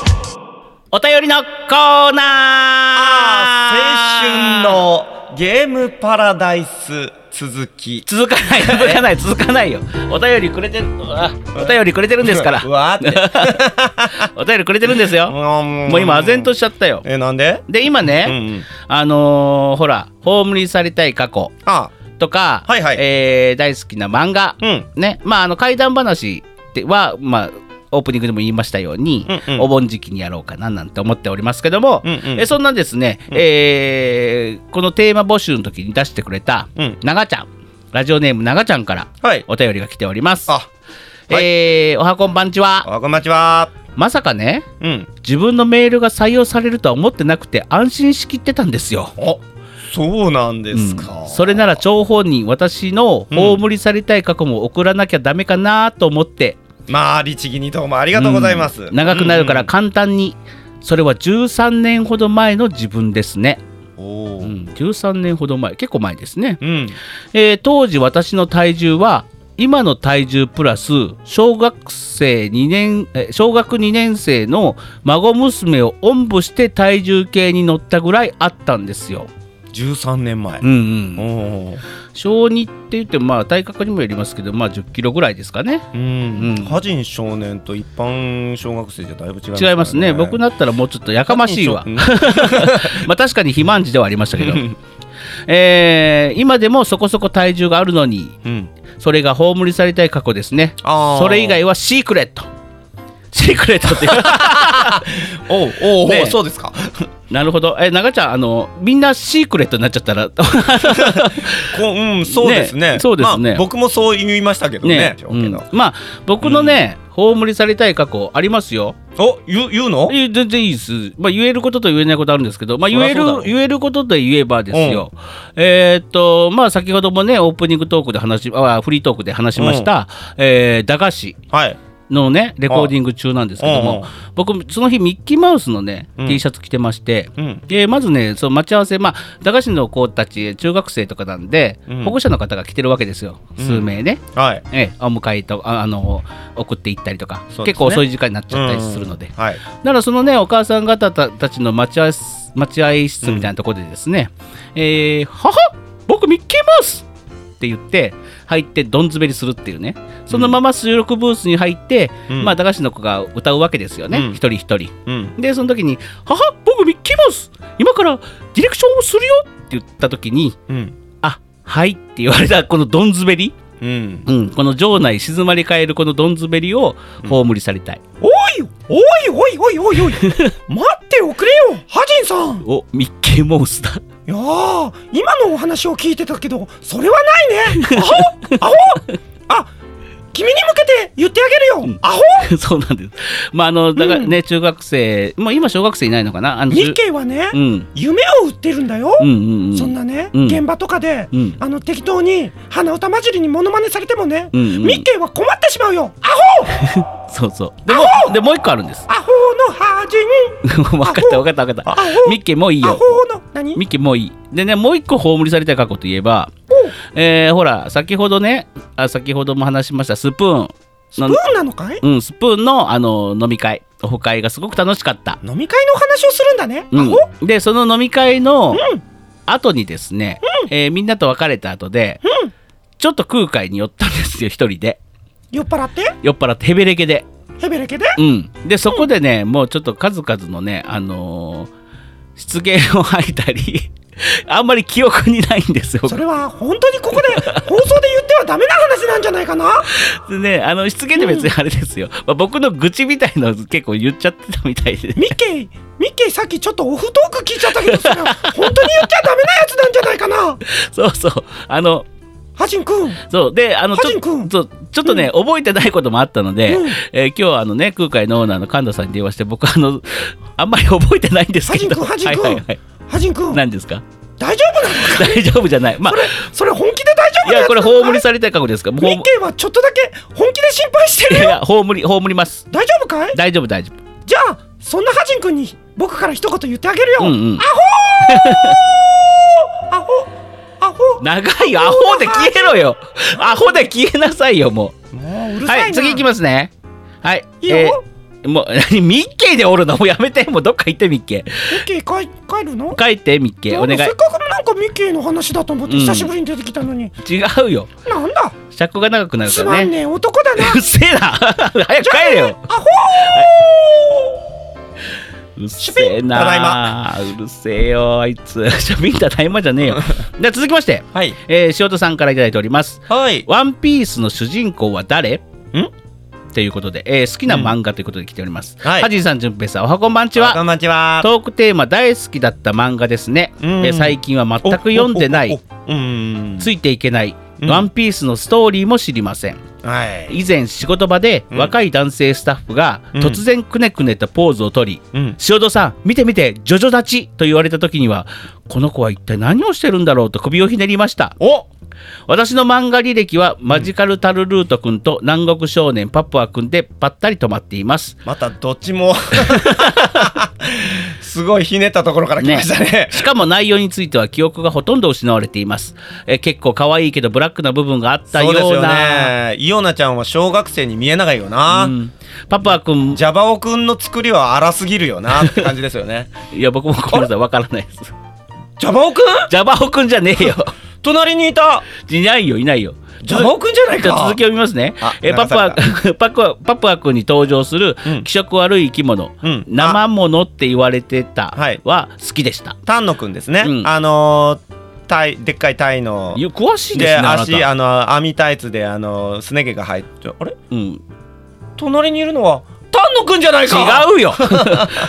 お便りのコーナー
あー青春のゲームパラダイス続き
続かない続かない続かないよお便りくれてるあお便りくれてるんですから
うわーって
お便りくれてるんですよも
も
う今唖然としちゃったよ
えなんで
で今ね、
うんうん
あのーほら葬りされたい過去
あ
とか、
はいはい
えー大好きな漫画、
うん
ねまああの怪談話ではまあオープニングでも言いましたように、
うんうん
お盆時期にやろうかななんて思っておりますけども、
うんうん
えそんなですね、えーこのテーマ募集の時に出してくれた、
うん
ながちゃんラジオネームながちゃんから
はい
お便りが来ております。
あはい
えーおはこんばんちは
あこんばんちは
まさかね
うん
自分のメールが採用されるとは思ってなくて安心しきってたんですよ。
あそうなんですか、
うんそれなら張本人私の葬りされたい過去も送らなきゃダメかなと思って、
まあ律儀にどうもありがとうございます、
うん長くなるから簡単に、それは13年ほど前の自分ですね、
うんお
う
ー
ん、13年ほど前結構前ですね、
うん
えー当時私の体重は今の体重プラス小学生2年え小学2年生の孫娘をおんぶして体重計に乗ったぐらいあったんですよ。
13年前、
うんうん、
おー
小2って言ってもまあ体格にもよりますけどまあ1 0キロぐらいですかね
うん
うん
歌人少年と一般小学生じゃだいぶ違いますから
違いますね僕だったらもうちょっとやかましいわ
うん
まあ確かに肥満児ではありましたけどえー今でもそこそこ体重があるのに
うん
それが葬りされたい過去ですね
あー
それ以外はシークレットシークレットって
おうおうおう
ね
そうですか
なるほどえ長ちゃんあのみんなシークレットになっちゃったら
こううんそうですね
ねそうですね
まあ、僕もそう言いましたけどね
ねうんまあ僕のね、葬りされたい過去ありますよ
お言う言うの
いや全然いいです、まあ、言えることと言えないことあるんですけど、まあ、
そ
言
りゃ
える
そうだろう
言えることと言えばですよ、えーっとまあ先ほどもねオープニングトークで話しあフリートークで話しました、えー駄菓子
はい
のねレコーディング中なんですけど
うん
も
うん
僕その日ミッキーマウスのね、
うん
T シャツ着てまして。
うん
でまずねその待ち合わせ、まあ、駄菓子の子たち中学生とかなんで、
うん
保護者の方が来てるわけですよ数名ね、
はい
ええお迎えとああの送って行ったりとか、
そうですね
結構遅い時間になっちゃったりするので、
うんはい
だからそのねお母さん方たたちの待合室待合室みたいなところでですね「えーはは僕ミッキーマウス!」って言って入ってどんずべりするっていうねそのまま収録ブースに入って、
うん
まあ駄菓子の子が歌うわけですよね、
うん
一人一人
うん
でその時に「はは僕ミッキーマウス今からディレクションをするよ!」って言った時に
うん
あはいって言われたこのどんずべり、
うん。
うん、この場内静まり返るこのどんずべりを葬りされたい、
おいおいおいおいおいおい 待っておくれよハジンさん
おミッキーモウスだ
いやー今のお話を聞いてたけどそれはないねアホアホあ君に向けて言ってあげるよアホ
そうなんですまああのだからね、中学生もう今小学生いないのかなあの
日経はね、
うん
夢を売ってるんだよ、
うんうんうん
そんなね、
うん
現場とかで、
うん
あの適当に鼻歌混じりにモノマネされてもね、
う
ミ
んうん
ッケーは困ってしまうよアホ
そうそうでもでもう一個あるんです
アホのハジン
分 かった分かった分かった
ホ
ミッキーもういい
ア
よ
ホの何
ミッキーもういいでねもう一個葬りされた過去といえばえー、ほら先ほどねあ先ほども話しましたスプーンの
ブーなのかい
うん、スプーンのあの飲み会オフ会がすごく楽しかった、
飲み会のお話をするんだね、
う
ア
ん
ホ、
でその飲み会の後にですね、えーみんなと別れた後で、ちょっと空海に寄ったんですよ一人で
酔っ払って
酔っ払ってヘベレケで、
ヘベレケで
うん、でそこでねもうちょっと数々のねあのー失言を吐いたり あんまり記憶にないんですよ
それは本当にこ こで放送で言ってはダメな話なんじゃないかな
でねあの失言って別にあれですよ、まあ、僕の愚痴みたいのを結構言っちゃってたみたいでね
ミッケーミッケーさっきちょっとオフトーク聞いちゃったけどそれは本当に言っちゃダメなやつなんじゃないかな
そうそうあの
ハジンくん
そうであのちょ
ハジン君
そうちょっとね、覚えてないこともあったので、
うん
えー今日はあのね空海のオーナーの神田さんに電話して僕あの あんまり覚えてないんですけど
ハジン君ハジン君
はいはいはい
ハジンくん
何ですか
大丈夫なの
大丈夫じゃないまあ
それ本気で大丈夫
い
な
や
やつ
これ
なの
葬りされた過去ですかもう
ミッケーはちょっとだけ本気で心配して
いや
る
い
よ
や葬り葬ります
大丈夫かい
大丈夫大丈夫
じゃあそんなハジンくんに僕から一言言ってあげるよ、
うんうん
アホアホ
長いよアホで消えろよアホで消えなさいよも
もうう
う
るさいな、
はい次行きますねはい
いいよ、
ーもう何ミッケーでおるのもうやめてもうどっか行ってミッケー
ミッケー帰帰るの
帰ってミッケーお願い
せっかくなんかミッケーの話だと思って
うん
久しぶりに出てきたのに、
違うよ
なんだ
尺が長くなるか
つ
ら
ま
ね
んねえ男だ な
うっせえな早く帰れよ
アホ
うっせえな
ただい
うるせえよあいつシャビンただいまじゃ ねえよでは続きまして、
はい
えー、塩田さんからいただいております
はい
ワンピースの主人公は誰んということで、えー好きな漫画ということで来ております、
はい
はじいさんじゅんぺいさんおはこんばんち
こ
は
んばんちは
トークテーマ大好きだった漫画ですね、え
うん
ー最近は全く読んでない
うん
ついていけない、
うん
ワンピースのストーリーも知りません
はい
以前仕事場で
うん
若い男性スタッフが
うん
突然くねくねとポーズをとり
うん
「塩戸さん見て見てジョジョ立ち!」と言われた時にはこの子は一体何をしてるんだろうと首をひねりました
お
私の漫画履歴はマジカルタルルート君と南国少年パプア君でぱったり止まっています
またどっ ちも すごいひねったところから来ましたね
しかも内容については記憶がほとんど失われていますえ結構可愛いけどブラックな部分があったよ
そう
うな
ですよねイオナちゃんは小学生に見えないよな、
うんパプア君
ジャバオくんの作りは荒すぎるよな って感じですよね
いや僕もごめんなさいわからないです
ジャバオくん
ジャバオ君じゃねえよ
隣にいた
いないよいないよ
ジャバオくんじゃない
じゃあ
か
続きを見ますね
あ。
えーパプア パプアパプア君に登場する
うん
気色悪い生き物、
うん
生ものって言われてた
はい
は好きでした。
丹野くんですね、
うん
あのータイでっかいタイの
いや詳しいですね。
で
あな
足
た
あの網タイツであのすね毛が入ってあれ
うん、
隣にいるのは丹野くんじゃないか
違う よ。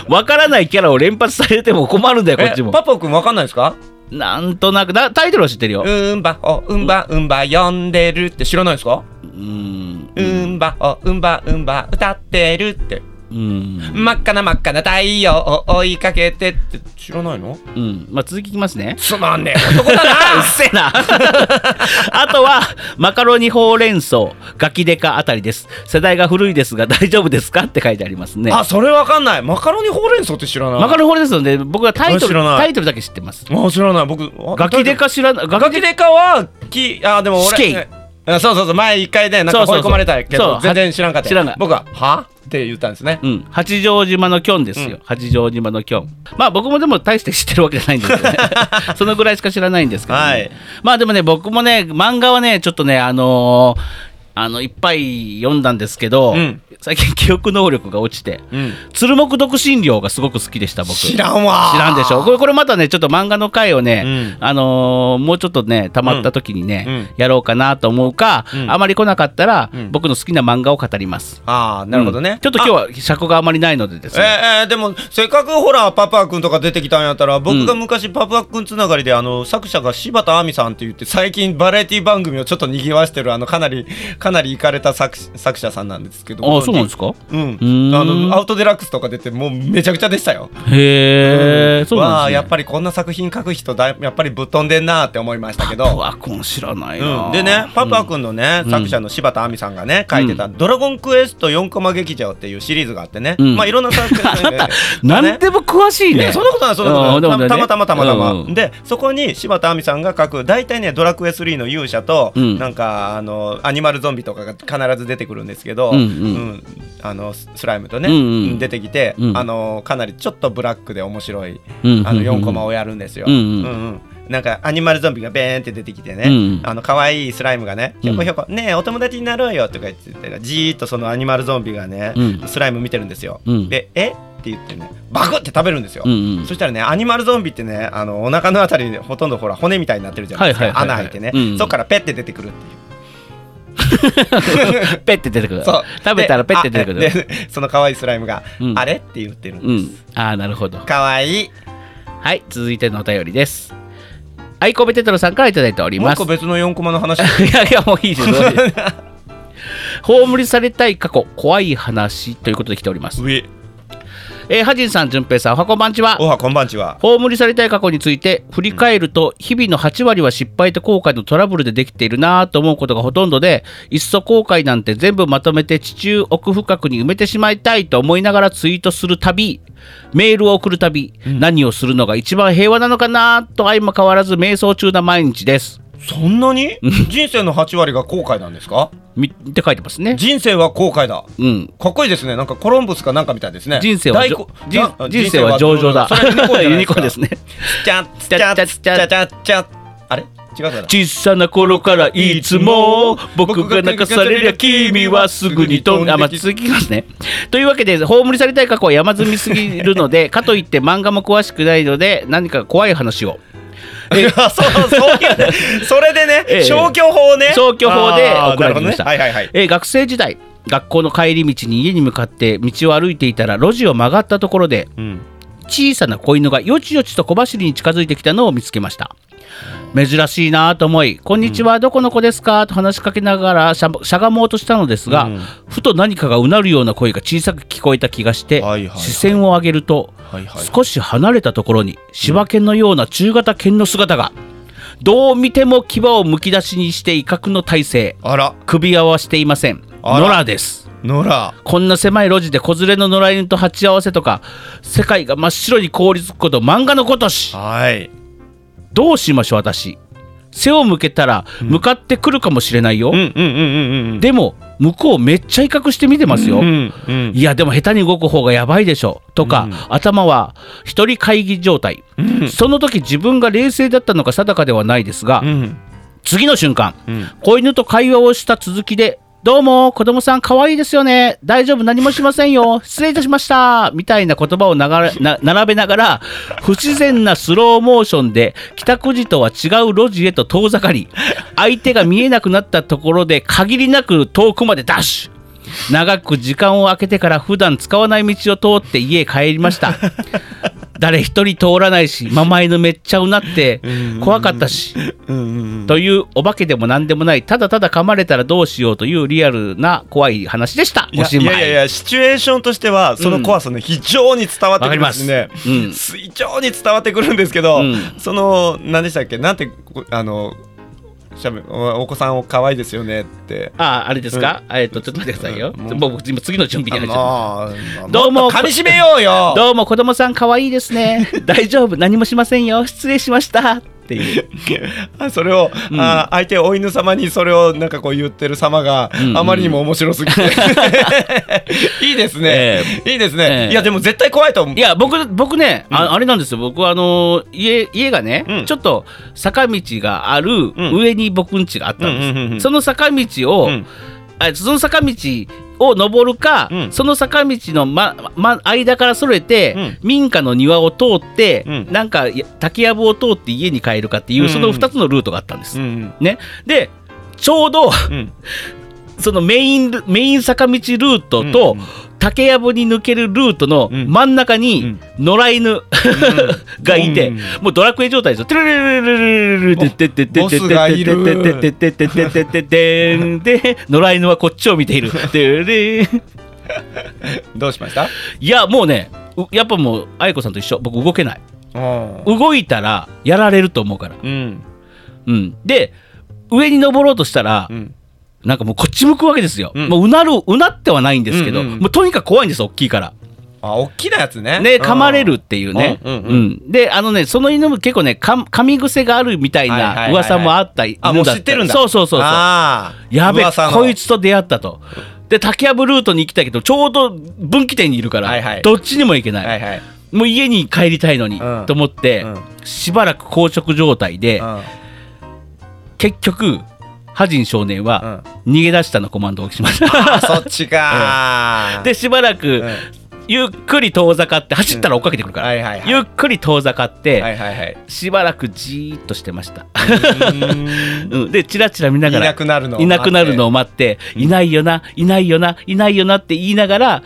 わからないキャラを連発されても困るんだよこっち
え
も。
パパくんわかんないですか
なんとなくなタイトルは知ってるよ。
うーんばおうんばうんば呼んでるって知らないですか
うーん
うーんばおうんばうんば歌ってるって
うん
真っ赤な真っ赤な太陽を追いかけてって知らないの
うんまあ続きいきますね。
つまんねえ男
うっ
だな
せえな あとはマカロニほうれん草ガキデカあたりです世代が古いですが大丈夫ですかって書いてありますね
あそれわかんないマカロニほうれん草って知らない
マカロニほうれん草で僕はタイト
知
ル
らない
タイトルだけ知ってます
あ知らない僕あ
ガキデカ知らない
ガキデカはきあでも俺
死刑
あそうそうそう前一回でなん
そ
か
う
追
そ
いう
そう
込まれたけ
そう
ど
は
全然知らんかった
知らない
僕ははって言ったんですね
うん、八丈島のキョンですよ、八丈島のキョンまあ僕もでも大して知ってるわけじゃないんですけど ねそのぐらいしか知らないんですけど、ね
はい
まあでもね僕もね漫画はねちょっとねあのーあのいっぱい読んだんですけど、
うん
最近記憶能力が落ちて、
うん
鶴木独身寮がすごく好きでした僕
知らんわ
知らんでしょこれこれまたねちょっと漫画の回をね、
うん
あのーもうちょっとねたまった時にね、
うんうん
やろうかなと思うか、
うん
あまり来なかったら、
うん
僕の好きな漫画を語ります
ああなるほどね、
うんちょっと今日は尺があまりないのでです
えー
ね
えーでもせっかくほらパパ君とか出てきたんやったら僕が昔パパ君つながりであの作者が柴田亜美さんって言って最近バラエティ番組をちょっと賑わしてるあのかなり かなりいかれた作作者さんなんですけど
あそうなんですか
うん
ーん
あのアウトデラックスとか出てもうめちゃくちゃでしたよ。
へえ、そう
わ
なんで
あ
すね
やっぱりこんな作品書く人だやっぱりぶっ飛んでんなーって思いましたけ
パ
ど。
ワコン知らないな、
うん、でねパパ君のね、
うん
作者の柴田亜美さんがね書いてた「ドラゴンクエスト4コマ劇場」っていうシリーズがあってね、
うん
まあいろんな作品
あ なた何でも詳しい
い
ね
やそんなことないそんな
う
こ
ん
と
でも
な
ね
いたたまたまたまたま、
うん
でそこに柴田亜美さんが書く大体ね「ドラクエ3」の勇者と、
うん
なんかあのアニマルゾンビとかが必ず出てくるんですけど、
うんうん
あのススライムとね、
うんうん
出てきて、
うん
あのかなりちょっとブラックで面白い
うん
あの4コマをやるんですよ。
うん
う
うん
んうんなんかアニマルゾンビがベーンって出てきてね、
うん
あの可愛いスライムがね「ひょこ
うん
ひょこ、ねえお友達になろうよ」とか言ってたらじーっとそのアニマルゾンビがね、
うん
スライム見てるんですよ。
うん
で「えっ?」て言ってねバクって食べるんですよ。
うんうん
そしたらねアニマルゾンビってねあのお腹のあたりでほとんどほら骨みたいになってるじゃないですか、
はいはいはいはい
穴開いてね、
うん
そっからペッて出てくるっていう。
ペッて出てくる
そう
食べたらペッて出てく
で
る
あでその可愛いスライムが「
うん
あれ?」って言ってるんです。
うんああなるほど
可愛い
はい続いてのお便りですアイコベテトロさんからいただいており
もう
ま
一
す
個別の4コマの 話
いやいやもういいです どうぞ 葬りされたい過去怖い話ということで来ております、
上
えー、ハジンさん、ジュンペイさん、おはこんばんちは
おはこんばんちは
葬りされたい過去について振り返ると日々の8割は失敗と後悔のトラブルでできているなぁと思うことがほとんどでいっそ後悔なんて全部まとめて地中奥深くに埋めてしまいたいと思いながらツイートするたびメールを送るたび、何をするのが一番平和なのかなぁと相も変わらず瞑想中な毎日です。
そんなに人生の8割が後悔なんですか
みって書いてますね。
人生は後悔だ
うん、
かっこいいですねなんかコロンブスかなんかみたいですね
人生は
大
じ
こ
ょ人人生は上々だ。
それ ユ
ユ
ニ
ニ
コ
コ
ー
ーン
ンで
ですす
ね
ね。
ちゃっちゃっちゃっちゃっちゃっちゃっあれ違うかな
小さな頃からいつも僕が泣かされりゃ君はすぐに飛んあ、まあ、続きますね。というわけで葬りされたい過去は山積みすぎるのでかといって漫画も詳しくないので何か怖い話を。
いや そうそう いうそれで
え
ね
え
消去法ね
消去法で
あー
送られてきました
なるほどねはいはいはい
えー学生時代学校の帰り道に家に向かって道を歩いていたら路地を曲がったところで
うん
小さな子犬がよちよちと小走りに近づいてきたのを見つけました珍しいなぁと思い「こんにちはどこの子ですか?」と話しかけながらしゃしゃがもうとしたのですが、
うん
ふと何かがうなるような声が小さく聞こえた気がして、
はいはいはい
視線を上げると、
はいはい
少し離れたところに柴犬のような中型犬の姿がどう見ても牙をむき出しにして威嚇の体勢
あら
首輪はしていません
あら
野良です
ノラ
こんな狭い路地で子連れの野良犬と鉢合わせとか世界が真っ白に凍りつくこと漫画のことし
はい
どうしましょう私背を向けたら向かってくるかもしれないよ、
うんうんうんうんうん
でも向こうめっちゃ威嚇して見てますよ、
うんうん
いやでも下手に動く方がやばいでしょとか、頭は一人会議状態、その時自分が冷静だったのか定かではないですが、
うん
次の瞬間、
うん
子犬と会話をした続きで「どうも子供さん可愛いですよね大丈夫何もしませんよ失礼いたしました」みたいな言葉をながらな並べながら不自然なスローモーションで帰宅時とは違う路地へと遠ざかり相手が見えなくなったところで限りなく遠くまでダッシュ長く時間を空けてから普段使わない道を通って家へ帰りました。誰一人通らないし、ママ犬めっちゃうなって怖かったし、というお化けでも何でもない、ただただ噛まれたらどうしようというリアルな怖い話でした。
い
お
や
しまい。
いやいやいやシチュエーションとしてはその怖さね、非常に伝わってくるんですね
わかりますうん
す非常に伝わってくるんですけど、
うん
その何でしたっけなんてこあのしゃべおお子さんを可愛いですよねって
ああ、あれですか、えっと、ちょっと待ってくださいよ。
もう
もう今次の準備に入っちゃった
あの
どうも
っと噛み締めようよ
どうも子供さん可愛いです ね。大丈夫、何もしませんよ。失礼しました。っていう。
あそれを、
うん
あ相手お犬様にそれをなんかこう言ってる様が
んうん
あまりにも面白す ぎて、いいですね、いいですね、
ええ
いやでも絶対怖いと思う
いや僕僕ね、
うん
ああれなんですよ僕はあのー家家がね、
うん
ちょっと坂道がある
ん
上に僕ん家があったんです、
うんうんうんうん
その坂道を、
うん
あその坂道を登るか、
うん
その坂道の、まま、間からそれて、
うん
民家の庭を通って、
うん
なんかや竹やぶを通って家に帰るかっていう、
うん
その2つのルートがあったんです。
うん
ね、でちょうど
うん
そのメインルメイン坂道ルートと、
うん
竹やぶに抜けるルートの
うん
真ん中に野良犬がいて、
うん
もうドラクエ状態ですよ。トゥルルルルルルルルってってってってってってってってってってってんで野良犬はこっちを見ている。でで
どうしました
いやもうねうやっぱもう愛子さんと一緒僕動けない
うん
動いたらやられると思うから、
うん
うん、で上に登ろうとしたら、
うん
なんかもうこっち向くわけですよ、
うん
もううなるうなってはないんですけど、
うんうんうん
もうとにかく怖いんです大きいから
あ大きなやつね
ね、
うん
噛まれるっていうね。
う
うんん
うんうん
で、あのね、その犬も結構ね、噛噛み癖があるみたい
はいはいはいは
ない噂もあった犬だ
あもう知ってるんだ
そうそうそうそう。
あー
やべえ
噂、の
こいつと出会ったと。で、竹やぶルートに行きたいけど、ちょうど分岐点にいるから、
はいはい
どっちにも行けない。
はいはい
もう家に帰りたいのに、
うん
と思って、
うん
しばらく硬直状態で、
う
結局、ハジン少年
んう
は
ん
逃げ出したのコマンドをしまし
あ
た。
そっちかー
で、しばらく、
うん
ゆっくり遠ざかって、走ったら追っかけてくるから、
はいはいはい
ゆっくり遠ざかって、
はいはいはい
しばらくじーっとしてました。
う
うん、でチラチラ見ながら
いなくなるのを
いなくなるのを待っていないよないないよないないよなって言いながら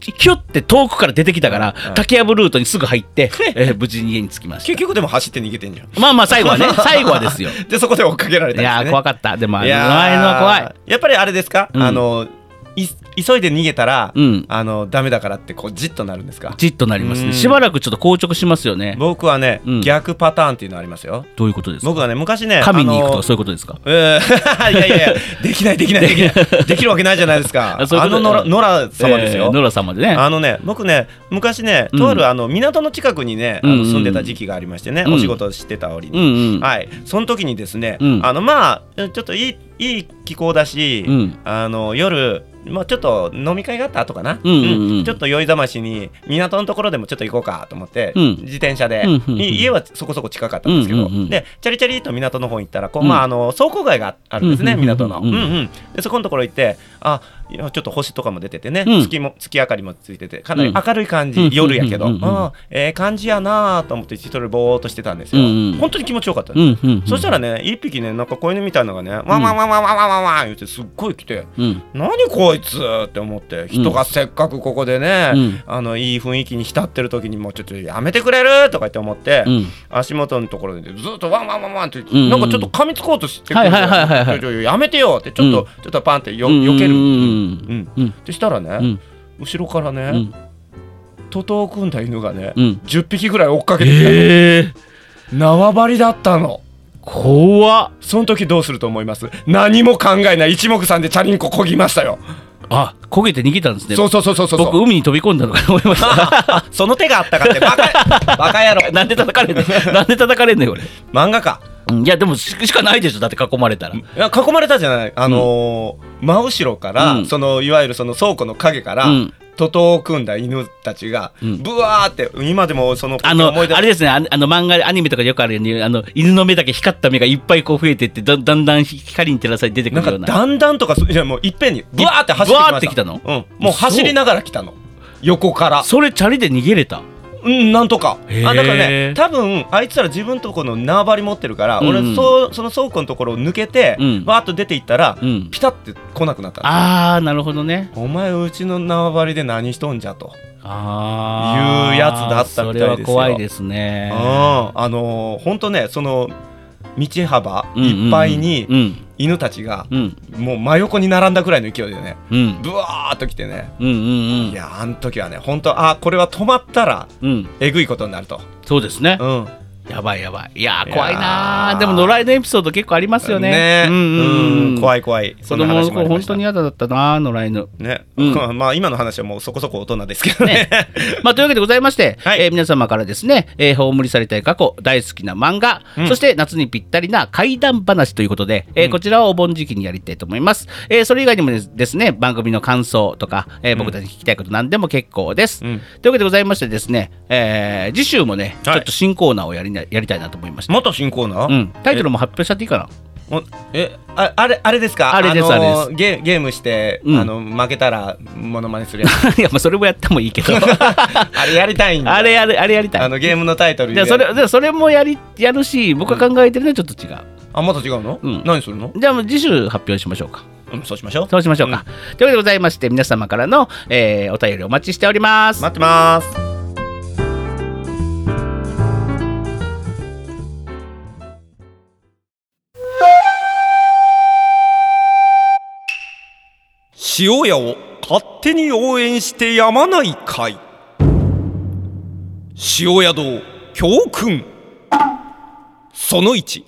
キュッて遠くから出てきたから、
うんうん
竹やぶルートにすぐ入 って、えー無事に家に着きまし
結局でも走って逃げてんじゃん
たまあまあ最後 はね最後はですよ
でそこで追っかけられ
い
たんですね
やー怖かったでもあの
い
前の
やー
は怖
やっぱりあれですか、
うん
あのい急いで逃げたら、
うん
あのダメだからってこうじっとなるんですか
いじっとなります
う
ね
ん
しばらくちょっと硬直しますよね
僕はね、
うん
逆パターンっていうのありますよ
どういうことですか
僕はね昔ね
神に行くとかそうい
う
うことですか
えーいやいやいやできないできないできないできるわけないじゃないですか
あそういう
あ
こと
の野良野良様です
え
よ
ー、ノラ様でね
あのね僕ね昔ねとあるあの港の近くにね、あ
うんう
の
ん
住んでた時期がありましてね、
うん
お仕事してた折に、
うんうん
はい、その時にですね、
うん
あのまあちょっといいいい気候だし、
うん
あの夜まあちょっと飲み会があった後かな、
うんうんうん
ちょっと酔いざましに港のところでもちょっと行こうかと思って、
うん
自転車で、
うんうんうん
い家はそこそこ近かったんですけ
うん
ど、
うんうん
でチャリチャリっと港の方行ったらこう、
うん
まあ、あの倉庫街があるんですね、
うんうんうん
港の、
うん
うんでそこのところ行ってあいやちょっと星とかも出ててね、
うん
月も月明かりもついててかなり
うん
明るい感じ、
うん
夜やけど、
うんうんうんうん
あええ感じやなあと思って一人ぼーっとしてたんですよ、
うんうん
本当に気持ちよかったです、
うんうんうん
そしたらね一匹ねなんか子犬みたいのがねワンワンワンワンワンワンワン言ってすっごい来て
うん
「何こいつ!」って思って人がせっかくここでね、
うん
あのいい雰囲気に浸ってる時にもうちょっとやめてくれるとか言って思って、
うん
足元のところでずっとワンワンワンワンって言って、
うんうんうん
なんかちょっと噛みつこうとしてく
は
る
いはいはいはいはい
ちょいちょいやめてよってちょっと、
うん
ちょっとパンってよ
うんうん
避ける。
う
うんん
うん
そしたらね、
うん
後ろからね、
うん
徒党を組んだ犬がね、
うん
10匹ぐらい追っかけてきたの、
ええ
縄張りだったの。
怖っ
その時どうすると思います何も考えない一目散でチャリンコこぎましたよ
あ焦げて逃げたんですね
そうそうそうそうそう
僕海に飛び込んだのかと思いました
その手があったかってバカバカ野郎
なんで叩かれんの なんで叩かれんのよ俺
漫画か
うんいやでもししかないでしょだって囲まれたら
いや囲まれたじゃないあのー真後ろから、
うん
そのいわゆるその倉庫の影から、
うん
徒党を組んだ犬たちが、
うん
ブワーって今でもその
あの
思い出
あれですねあのあの漫画アニメとかでよくあるようにあの犬の目だけ光った目がいっぱいこう増えてってだだんだん光に照らされて出てく
なん
るよ
か
うな
だんだんとかそいやもういっぺんにブワーって走ってきました
ブワーって来たの
うん、もう走りながら来たの横から
それチャリで逃げれた
うん、なんとか。
へー
あだからね、多分あいつら自分とこの縄張り持ってるから、
うんうん
俺そうその倉庫のところを抜けて、
うん
わーっと出ていったら、
うん
ピタって来なくなったの。
あーなるほどね
お前うちの縄張りで何しとんじゃと。
あー
いうやつだった
そ
みたいですよ
れは怖いですね
ああのー、本当ね、その道幅
うんうんうん
いっぱいに
うん
犬たちが、
うん
もう真横に並んだくらいの勢いでね、
うん
ブワーっと来てね。
うんうん
いや、あの時はね、本当あこれは止まったら
うんうん
えぐいことになると。
そうですね
うん。
やばいやばい。いやー
いやー
怖いなーでも野良犬エピソード結構ありますよね。
う
うんんうんうん。
怖
い。
い怖い。
子供の
そんな話もあ
頃
りま
本
した
当に嫌だったなー野良犬。
ね、
うん
まあ今の話はもうそこそこ大人ですけどね。
まあというわけでございまして、
はい
えー皆様からですね、えー葬りされたい過去、大好きな漫画、
うん
そして夏にぴったりな怪談話ということで、えー
うん
こちらはお盆時期にやりたいと思います。えーそれ以外にもですね、番組の感想とか、えー僕たちに聞きたいこと何でも結構です。
うん
というわけでございましてですね、えー次週もね、
はい
ちょっと新コーナーをやりなやりたいなと思いまして、
もっと新コーナー、
うん、タイトルも発表しちゃっていいかな。
おえああれあれですか
あれです
のー
あれ
ゲゲームして、
うん
あの負けたらモノマネするやつ
いやまあそれもやってもいいけど
あれやりたいんだ
あれやるあれやりた
あ
い
のゲームのタイトル
じゃあそれじゃあそれもやりやるし僕が考えてるのはちょっと違う、
あまた違うの、
うん
何するの、
じゃあもう次週発表しましょうか
うん、そうしましょう
そうしましょうか、ということでございまして皆様からの、えーお便りお待ちしております
待ってます
塩屋を勝手に応援してやまない会塩屋堂教訓その1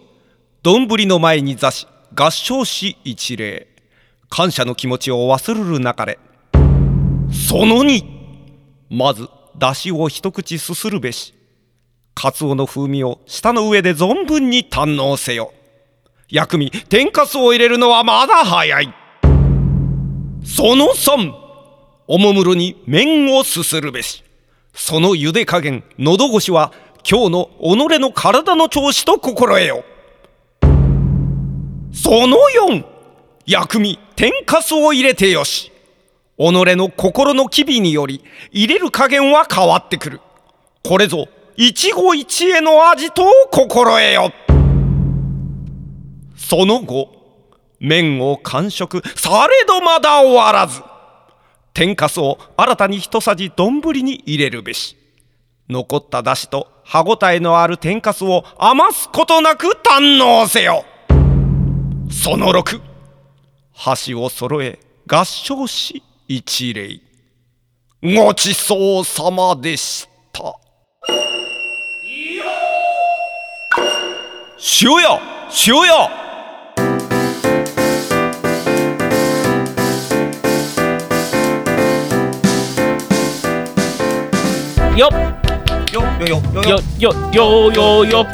丼の前に座し合唱し一礼感謝の気持ちを忘れるなかれその2まず出汁を一口すするべしカツオの風味を舌の上で存分に堪能せよ薬味天かすを入れるのはまだ早いその3おもむろに麺をすするべしその茹で加減喉越しは今日の己の体の調子と心得よその4薬味天かすを入れてよし己の心の機微により入れる加減は変わってくるこれぞ一期一会の味と心得よその後麺を完食されどまだ終わらず天かすを新たに一さじ丼に入れるべし残っただしと歯ごたえのある天かすを余すことなく堪能せよその6箸を揃え合掌し一礼ごちそうさまでした塩屋塩屋
よ
よよよよ
っよよよよよ
およよよよ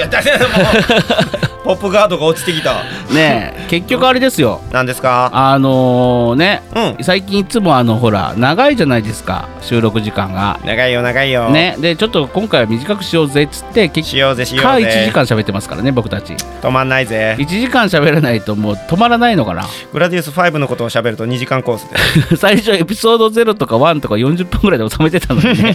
やだだだもう ポップガードが落ちてきた
ねえ結局あれですよ
何ですか
あのーね、
う
最近いつもあのほら長いじゃないですか収録時間が。
長いよ長いよ、
ね、でちょっと今回は短くしようぜっつって結
しようぜしよ
果
う
1時
ぜ
間喋ってますからね僕た ち
止まんないぜ
1時間喋らないともう止まらないのか な
グラディウス5のことを喋ると2時間コース で
最初エピソード0とか1とか40分ぐらいで収めてたのに ね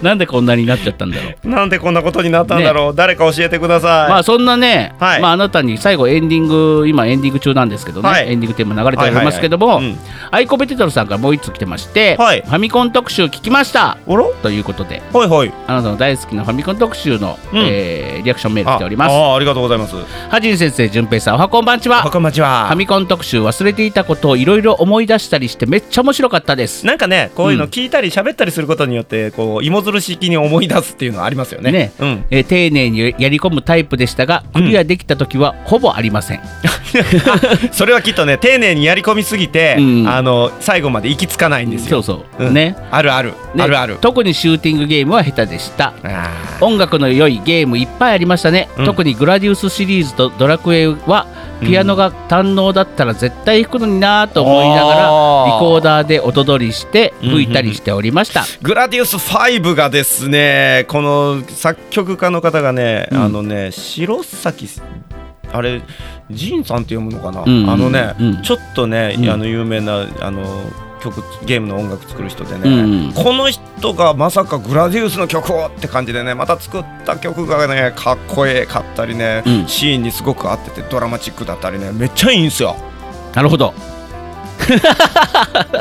なんでこんなになっちゃったんだろう
なんでこんなことになったんだろう、誰か教えてください、
まあそんなね、
はい
まあ、あなたに最後エンディング今エンディング中なんですけどね、
はい
エンディングテーマ流れておりますけども、
はいはいはいうん
アイコベテトルさんからもう1つ来てまして、
はい
ファミコン特集聞きました
おろ
ということで
はいはい
あなたの大好きなファミコン特集の、
うん
えーリアクションメール来ており
あ
ます
あありがとうございます
はじん先生じゅんぺいさんおはこんばんち
あ
は
こんばんち
ファ
は
ミコン特集忘れていたことをいろいろ思い出したりしてめっちゃ面白かったです
なんかねこういうの聞いたり喋ったりすることによってこう芋づる式に思い出すっていうのはありますよね
ね
うん
えー丁寧にやり込むタイプでしたがクリアできた時はほぼありません、
それはきっとね丁寧にやり込みすぎて、
うん
あの最後まで行き着かないんです
そ
よ
うそう、
うん
ね
あるある、
ね
あるある
特にシューティングゲームは下手でした
あ
音楽の良いゲームいっぱいありましたね、
うん
特にグラディウスシリーズとドラクエはピアノが堪能だったら絶対弾くのになぁと思いながら
あー
リコーダーで音取りして
うん
吹いたりしておりました、
ーグラディウス5がですねこの作曲家の方がね、
うん
あのね白崎あれジンさんって読むのかな、
うん
あのね、
うん
ちょっとね、
うん
あの有名なあの曲ゲームの音楽作る人でね、
うん
この人がまさかグラディウスの曲をって感じでねまた作った曲がねかっこええかったりね、
うん
シーンにすごく合っててドラマチックだったりねめっちゃいいんすよ
なるほど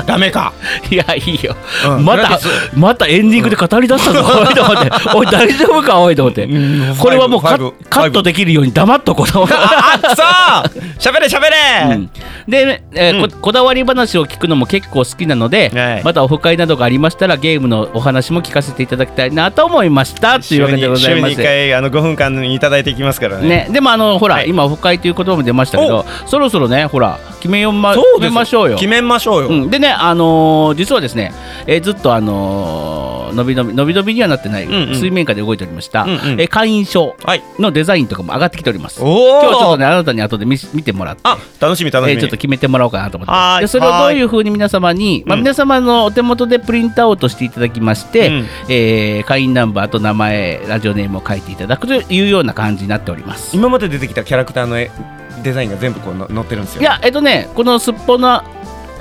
ダメか、
いやいいよ、
うん
ま
グラディ
た
ウス
またエンディングで語り出 したぞ、おいと思っておい大丈夫かおいと思って、
うん
これはもうカ
ファイブ
ッカットできるように黙っとこうと思って
ああくそーしゃべれしゃべ
う
れ、
んで、えー
うん
ここだわり話を聞くのも結構好きなので、
はい
またオフ会などがありましたらゲームのお話も聞かせていただきたいなと思いましたというわけでございま
週に週に一
す。
回あの5分間にいただいていきますからね
ね、でもあのほら、
はい
今オフ会という言葉も出ましたけどそろそろねほら決めようま
そうで
決
す
めましょうよ
決めましょうよ、
うん、でね、あのー実はですね、えーずっと、あのー、のびのびのびのびにはなってない、
んうん
水面下で動いておりました、
うんうん
えー会員証
はい
のデザインとかも上がってきております。今
おー
日ちょっとね、あなたに後で見し見てもらって。
あ
楽しみ
え
楽しみ、
ーちょっと決めてもらおうかなと思ってま
はー
すでそ
い
れをどういうふうに皆様に、まあ、
うん
皆様のお手元でプリントアウトしていただきまして、
うん
えー会員ナンバーと名前ラジオネームを書いていただくというような感じになっております
今まで出てきたキャラクターの絵デザインが全部こうの載ってるんですよ
いやえっとねこのすっぽんの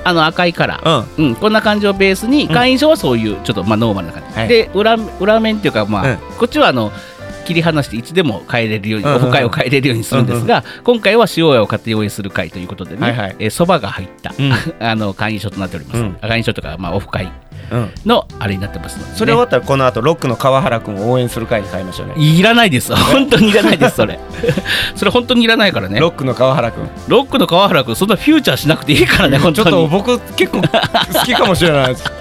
あの赤いカラー、
うん
うん、こんな感じをベースに
うん
会員証はそういうちょっとまあノーマルな感じ、
はい
で裏裏面っていうかまあ、
うん
こっちはあの切り離していつでも変えれるように、
うんうんうん
おかを変えれるようにするんですが、今回は塩屋を買って用意する会ということで
はいはい
ねえーそば、が入った、
うん
あの会員証となっております、
うん
会員証とかまあオフ会
うん
のあれになってますのでね、
それ終わったらこの後ロックの川原君を応援する会に変えましょうね
いらない です本当にいらないですそれそれ本当にいらないからね
ロックの川原君
ロックの川原君そんなフューチャーしなくていいからね本
ちょ
当
っ
に
と僕結構好きかもしれないです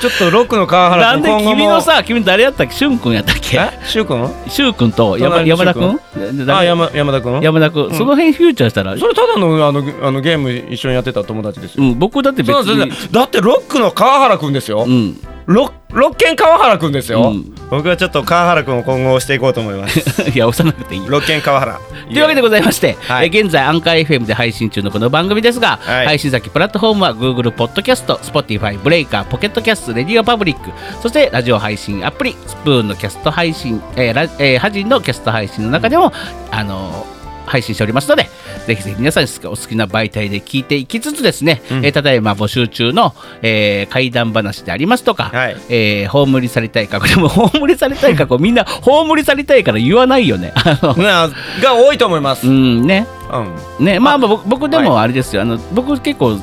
ちょっとロックの川
な
原
ん
君
で
今後も
君のさ君誰やったっけ俊君やったっけ
え柊君
柊君と山
隣の
山田
柊
君
あ山山田君
山田君、
うん
その辺フューチャーしたら、
それただのあのあのゲーム一緒にやってた友達です
う
よ、
ん、僕だって別
そうそう
に。
そうだってロックの川原君ですよ、
うん、
ロッロッケン川原君ですよ、
うん、
僕はちょっと川原君を今後押していこうと思います
いや押さなくていいよ。
六軒川原
というわけでございまして、
はい
えー現在アンカー FM で配信中のこの番組ですが、
はい
配信先プラットフォームは Google ポッドキャスト、Spotify、ブレイカー、ポケットキャスト、レディオパブリック、そしてラジオ配信アプリ、スプーンのキャスト配信、えーラえーハジンのキャスト配信の中でも、あのー配信しておりますので、ぜひぜひ皆さんお好きな媒体で聞いていきつつですね、えーただいま募集中の、えー、怪談話でありますとか、
はい
えー葬りされたい過去、でも葬りされたい過去、みんな葬りされたいから言わないよね。あの
なが多いと思います、
う
うん
んね、ねまあまあ僕僕で
は
もあれですよ、あの僕結構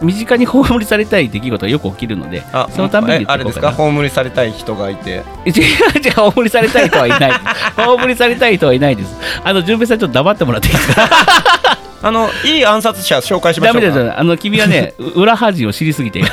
身近に葬りされたい出来事がよく起きるので
あ
そのために
えあれですか葬りされたい人がいて
違 う違う葬りされたい人はいない葬りされたい人はいないですあの純平さんちょっと黙ってもらっていいですか
あのいい暗殺者紹介しま
ダ
しょう
メで
か
すあの君はねう裏恥を知りすぎてい る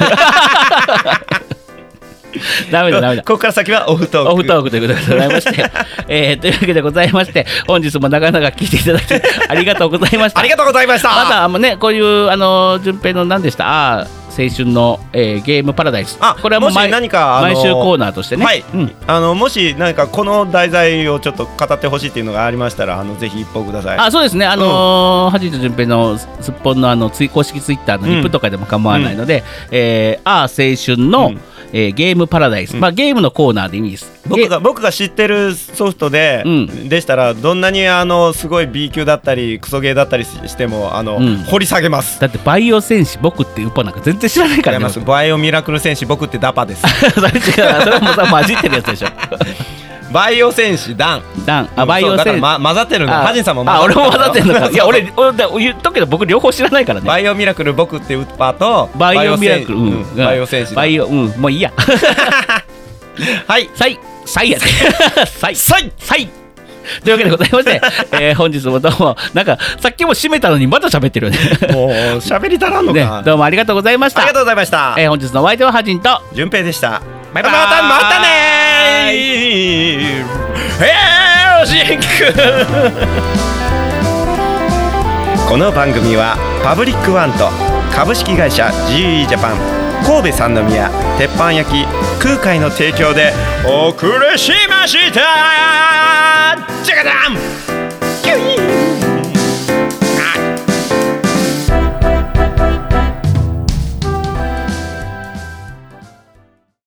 ダメだダメだ
ここから先はオフトーク
オフトークということでございまして、えーというわけでございまして本日も長々聞いていただきありがとうございました
ありがとうございました
まだあのねこういうあの順平の何でしたあー青春の、えーゲームパラダイス
あ
これはもう
もし
毎
何かあ
毎
の
週コーナーとしてね
はい
うん
あのもし何かこの題材をちょっと語ってほしいっていうのがありましたらあのぜひ一報ください
あそうですね、あのーはじいと順平のすすっぽんのあのつい公式ツイッターのリップとかでも構わないので、えーあー青春の、
うん
えーゲームパラダイス、まあ、ゲームのコーナーでいいです。
僕が僕が知ってるソフトで、
うん
でしたらどんなにあのすごい B 級だったりクソゲーだったりししてもあの、
うん
掘り下げます
だってバイオ戦士僕ってウポなんか全然知らないか
違
ら
い
ね。
ますバイオミラクル戦士僕ってダパです
それ違うそれはもうさ混じってるやつでしょ。
バイオ戦士ダン
ダンあバイオ
そうだか
戦
ら、
士。
ま、混ざってるのハジンさんも
あ俺も混ざってんのか。いや
そうそう
俺俺だ言っとくけど僕両方知らないからね。
バイオミラクル僕ってウッパーと
バイオミラクル、
バイ
う
オ
ん
戦士うんバイオ戦士
バイオ、うん、もういいや。
はい
サイ、サイやで。 サイ、サイ、サイ。というわけでございまして、えー本日もどうも、なんか、さっきも閉めたのにまた喋ってるよね。
もう喋り足らん の
ね
か、、
どうもありがとうございました
ありが。とうございました
えー本日のお相手はハジンと、
順平でした
バイバイ
またまたねーえーおしんくこの番組はパブリックワンと株式会社 GE ジャパン神戸三宮鉄板焼き空海の提供でお送りしました